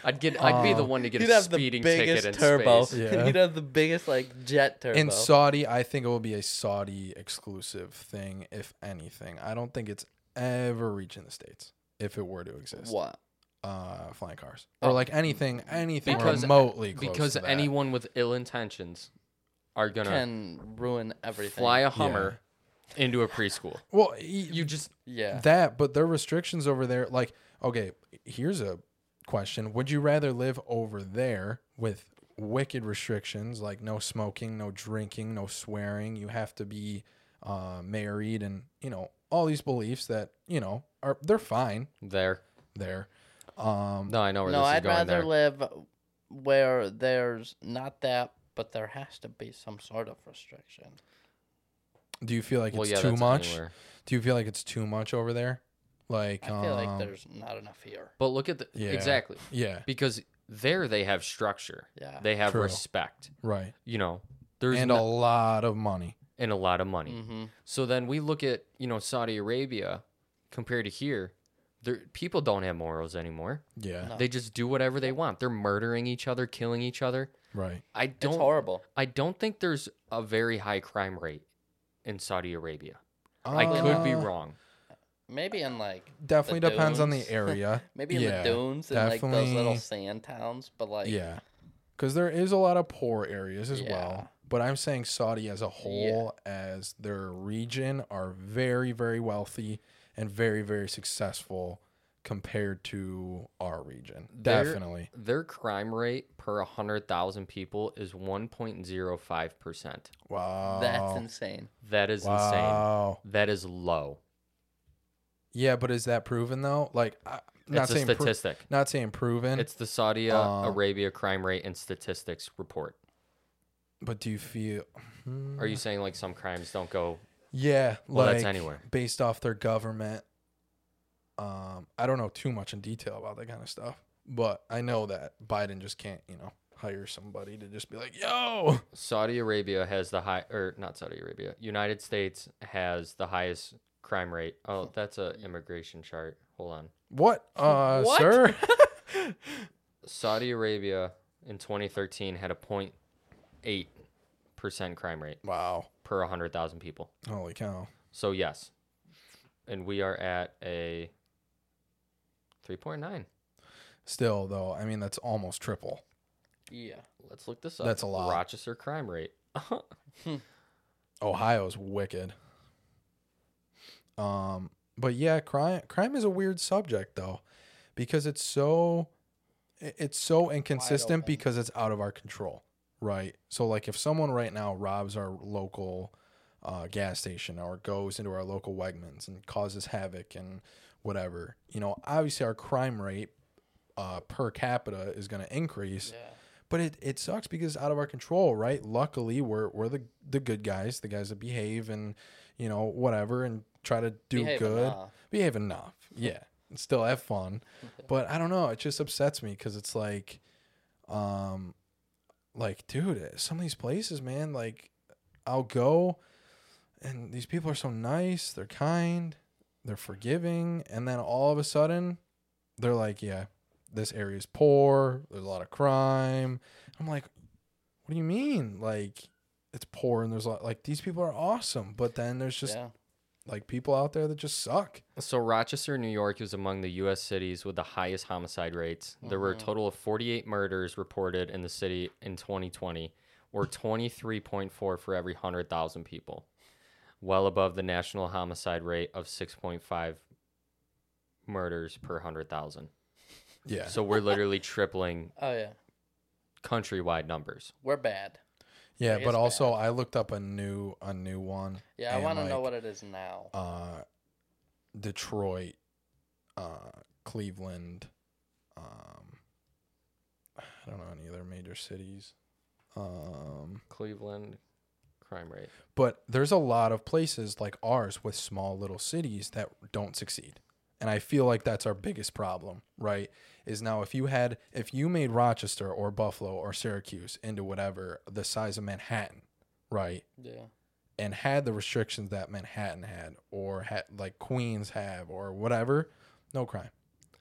B: I'd get. I'd be the one to get
A: Oh. You'd
B: a
A: have the
B: speeding ticket in
A: biggest turbo.
B: space.
C: Yeah.
A: You'd have the biggest like jet turbo.
C: In Saudi, I think it will be a Saudi exclusive thing, if anything. I don't think it's ever reaching the states if it were to exist.
A: what?
C: Uh, flying cars or like anything, anything
B: Oh. Because-
C: remotely close
B: Because
C: to that.
B: anyone with ill intentions are gonna
A: Can ruin everything.
B: fly a Hummer into a preschool.
C: Well, y-
B: You just
A: Yeah.
C: that, but their restrictions over there. Like, okay, here's a question: Would you rather live over there with wicked restrictions, like no smoking, no drinking, no swearing? You have to be uh, married, and you know all these beliefs that you know are they're fine
B: there.
C: there. Um,
B: No, I know where
A: no,
B: this is
A: I'd
B: going.
A: rather
B: there.
A: live where there's not that, but there has to be some sort of restriction.
C: do you feel like
B: well,
C: it's
B: yeah,
C: too
B: that's
C: much?
B: anywhere.
C: Do you feel like it's too much over there? Like,
A: I feel
C: um,
A: like there's not enough here.
B: But look at the
C: Yeah.
B: exactly
C: yeah,
B: because there they have structure.
A: Yeah.
B: They have
C: True.
B: respect.
C: right,
B: You know, there's
C: and
B: no-
C: a lot of money.
B: and a lot of money.
A: Mm-hmm.
B: So then we look at you know Saudi Arabia compared to here. There, people don't have morals anymore.
C: Yeah,
A: No.
B: They just do whatever they want. They're murdering each other, killing each other.
C: right.
B: I
A: It's
B: don't.
A: horrible.
B: I don't think there's a very high crime rate in Saudi Arabia. I could be
C: Uh,
B: wrong.
A: Maybe in like
C: definitely depends on the
A: dunes.
C: area.
A: maybe in
C: Yeah,
A: the dunes and like those little
C: definitely.
A: sand towns, but like
C: yeah, because there is a lot of poor areas as
A: Yeah.
C: well. But I'm saying Saudi as a whole, as their region, are very, very wealthy and very, very successful compared to our region.
B: They're-
C: Definitely.
B: Their crime rate per 100,000 people is 1.05%.
C: Wow.
A: that's insane.
B: That is insane.
C: wow.
B: That is low.
C: Yeah, but is that proven though? Like, I, not
B: It's a
C: saying pro-
B: statistic.
C: not saying proven.
B: It's the Saudi
C: Uh,
B: Arabia crime rate and statistics report.
C: but do you feel?
B: Are
C: hmm. Mm-hmm.
B: you saying like some crimes don't go?
C: Yeah,
B: Well,
C: like
B: that's anywhere.
C: based off their government. Um, I don't know too much in detail about that kind of stuff, but I know that Biden just can't, you know, hire somebody to just be like, "Yo,
B: Saudi Arabia has the high, or not Saudi Arabia. United States has the highest crime rate.
C: Hmm.
B: Oh, that's a immigration chart. Hold on.
C: what, uh,
A: What?
C: sir?"
B: Saudi Arabia in 2013 had a 0.8 percent crime rate
C: wow,
B: per 100,000 people.
C: holy cow!
B: So yes, and we are at a 3.9.
C: Still, though, I mean, that's almost triple.
A: Yeah.
B: Let's look this up.
C: That's a lot.
B: Rochester crime rate
C: Ohio's wicked. Um, but yeah, crime crime is a weird subject though, because it's so i- it's so inconsistent
A: open.
C: because it's out of our control, right? So like if someone right now robs our local uh, gas station or goes into our local Wegmans and causes havoc and whatever, you know, obviously our crime rate uh, per capita is going to increase
A: Yeah.
C: but it, it sucks because it's out of our control, right? Luckily, we're we're the the good guys, the guys that behave and you know whatever and try to do
A: Behave
C: good,
A: enough.
C: behave enough, yeah, and still have fun. But I don't know, it just upsets me because it's like, um, like dude, eh, some of these places, man, like I'll go, and these people are so nice, they're kind, they're forgiving, and then all of a sudden, they're like, yeah, this area's poor. There's a lot of crime. I'm like, what do you mean? Like, it's poor and there's a lot. Like, these people are awesome, but then there's just
A: yeah.
C: like people out there that just suck.
B: So Rochester, New York is among the US cities with the highest homicide rates. There
A: Mm-hmm.
B: were a total of 48 murders reported in the city in 2020, or 23.4 for every 100,000 people, well above the national homicide rate of 6.5 murders per 100,000.
C: Yeah.
B: So we're literally tripling
A: Oh yeah.
B: countrywide numbers.
A: We're bad.
C: yeah,
A: It
C: but
A: is
C: also I looked up a new a new one.
A: Yeah, I
C: And,
A: want to know
C: like,
A: what it is now.
C: Uh, Detroit, uh, Cleveland, um, I don't know any other major cities. Um,
B: Cleveland crime rate.
C: but there's a lot of places like ours with small little cities that don't succeed and i feel like that's our biggest problem right is now if you had if you made rochester or buffalo or syracuse into whatever the size of manhattan right
A: yeah.
C: and had the restrictions that manhattan had or had like queens have or whatever no crime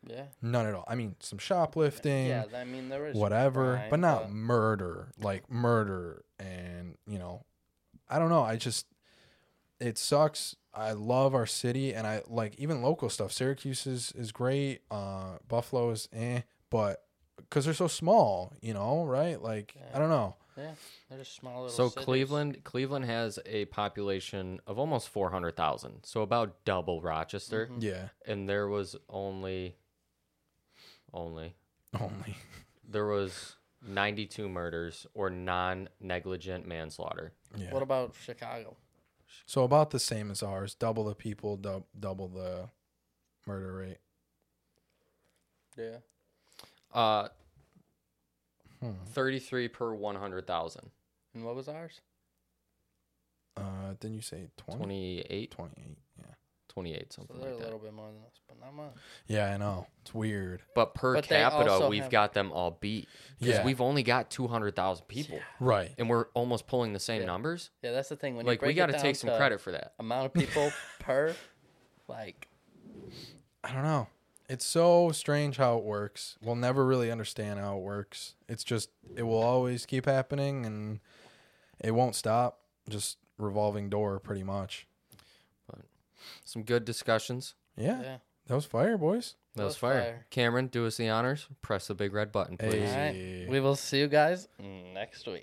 A: Yeah.
C: none at all i mean some shoplifting
A: Yeah. I mean, there is
C: whatever,
A: crime,
C: but not murder, like murder. And, you know, I don't know. I just, it sucks. I love our city and I like even local stuff. Syracuse is, is great. Uh, Buffalo is eh, but because they're so small, you know, right? Like, I
A: Yeah.
C: don't know.
A: yeah. They're just small little.
B: So
A: cities.
B: Cleveland, Cleveland has a population of almost 400,000, so about double Rochester.
C: Yeah.
B: and there was only only
C: Only.
B: there was 92 murders or non-negligent manslaughter
C: Yeah.
A: What about Chicago?
C: So about the same as ours, double the people, dub, double the murder rate.
A: Yeah.
B: uh
C: Hmm.
B: 33 per 100,000
A: And what was ours?
C: Uh, didn't you say 20?
B: 28
C: 28. Yeah.
B: 28
A: So
B: something
A: they're
B: like
A: a
B: that
A: little bit more than us, but not much.
C: Yeah, I know. It's weird.
B: but per
A: But they
B: capita
A: also
B: we've
A: have-
B: got them all beat because
C: Yeah.
B: we've only got 200,000 people
C: Right.
B: and we're almost pulling the same
A: Yeah.
B: numbers
A: Yeah, that's the thing. When you
B: like
A: break
B: we got to
A: it down
B: take some
A: to
B: credit for that
A: Amount of people per, like,
C: I don't know. It's so strange how it works. We'll never really understand how it works. It's just it will always keep happening and it won't stop. Just revolving door pretty much.
B: some good discussions
C: Yeah.
A: yeah.
C: That was fire, boys.
B: that
A: That
B: was
A: was
B: fire.
A: fire.
B: cameron do us the honors press the big red button please
A: All
C: Hey.
A: right. We will see you guys next week.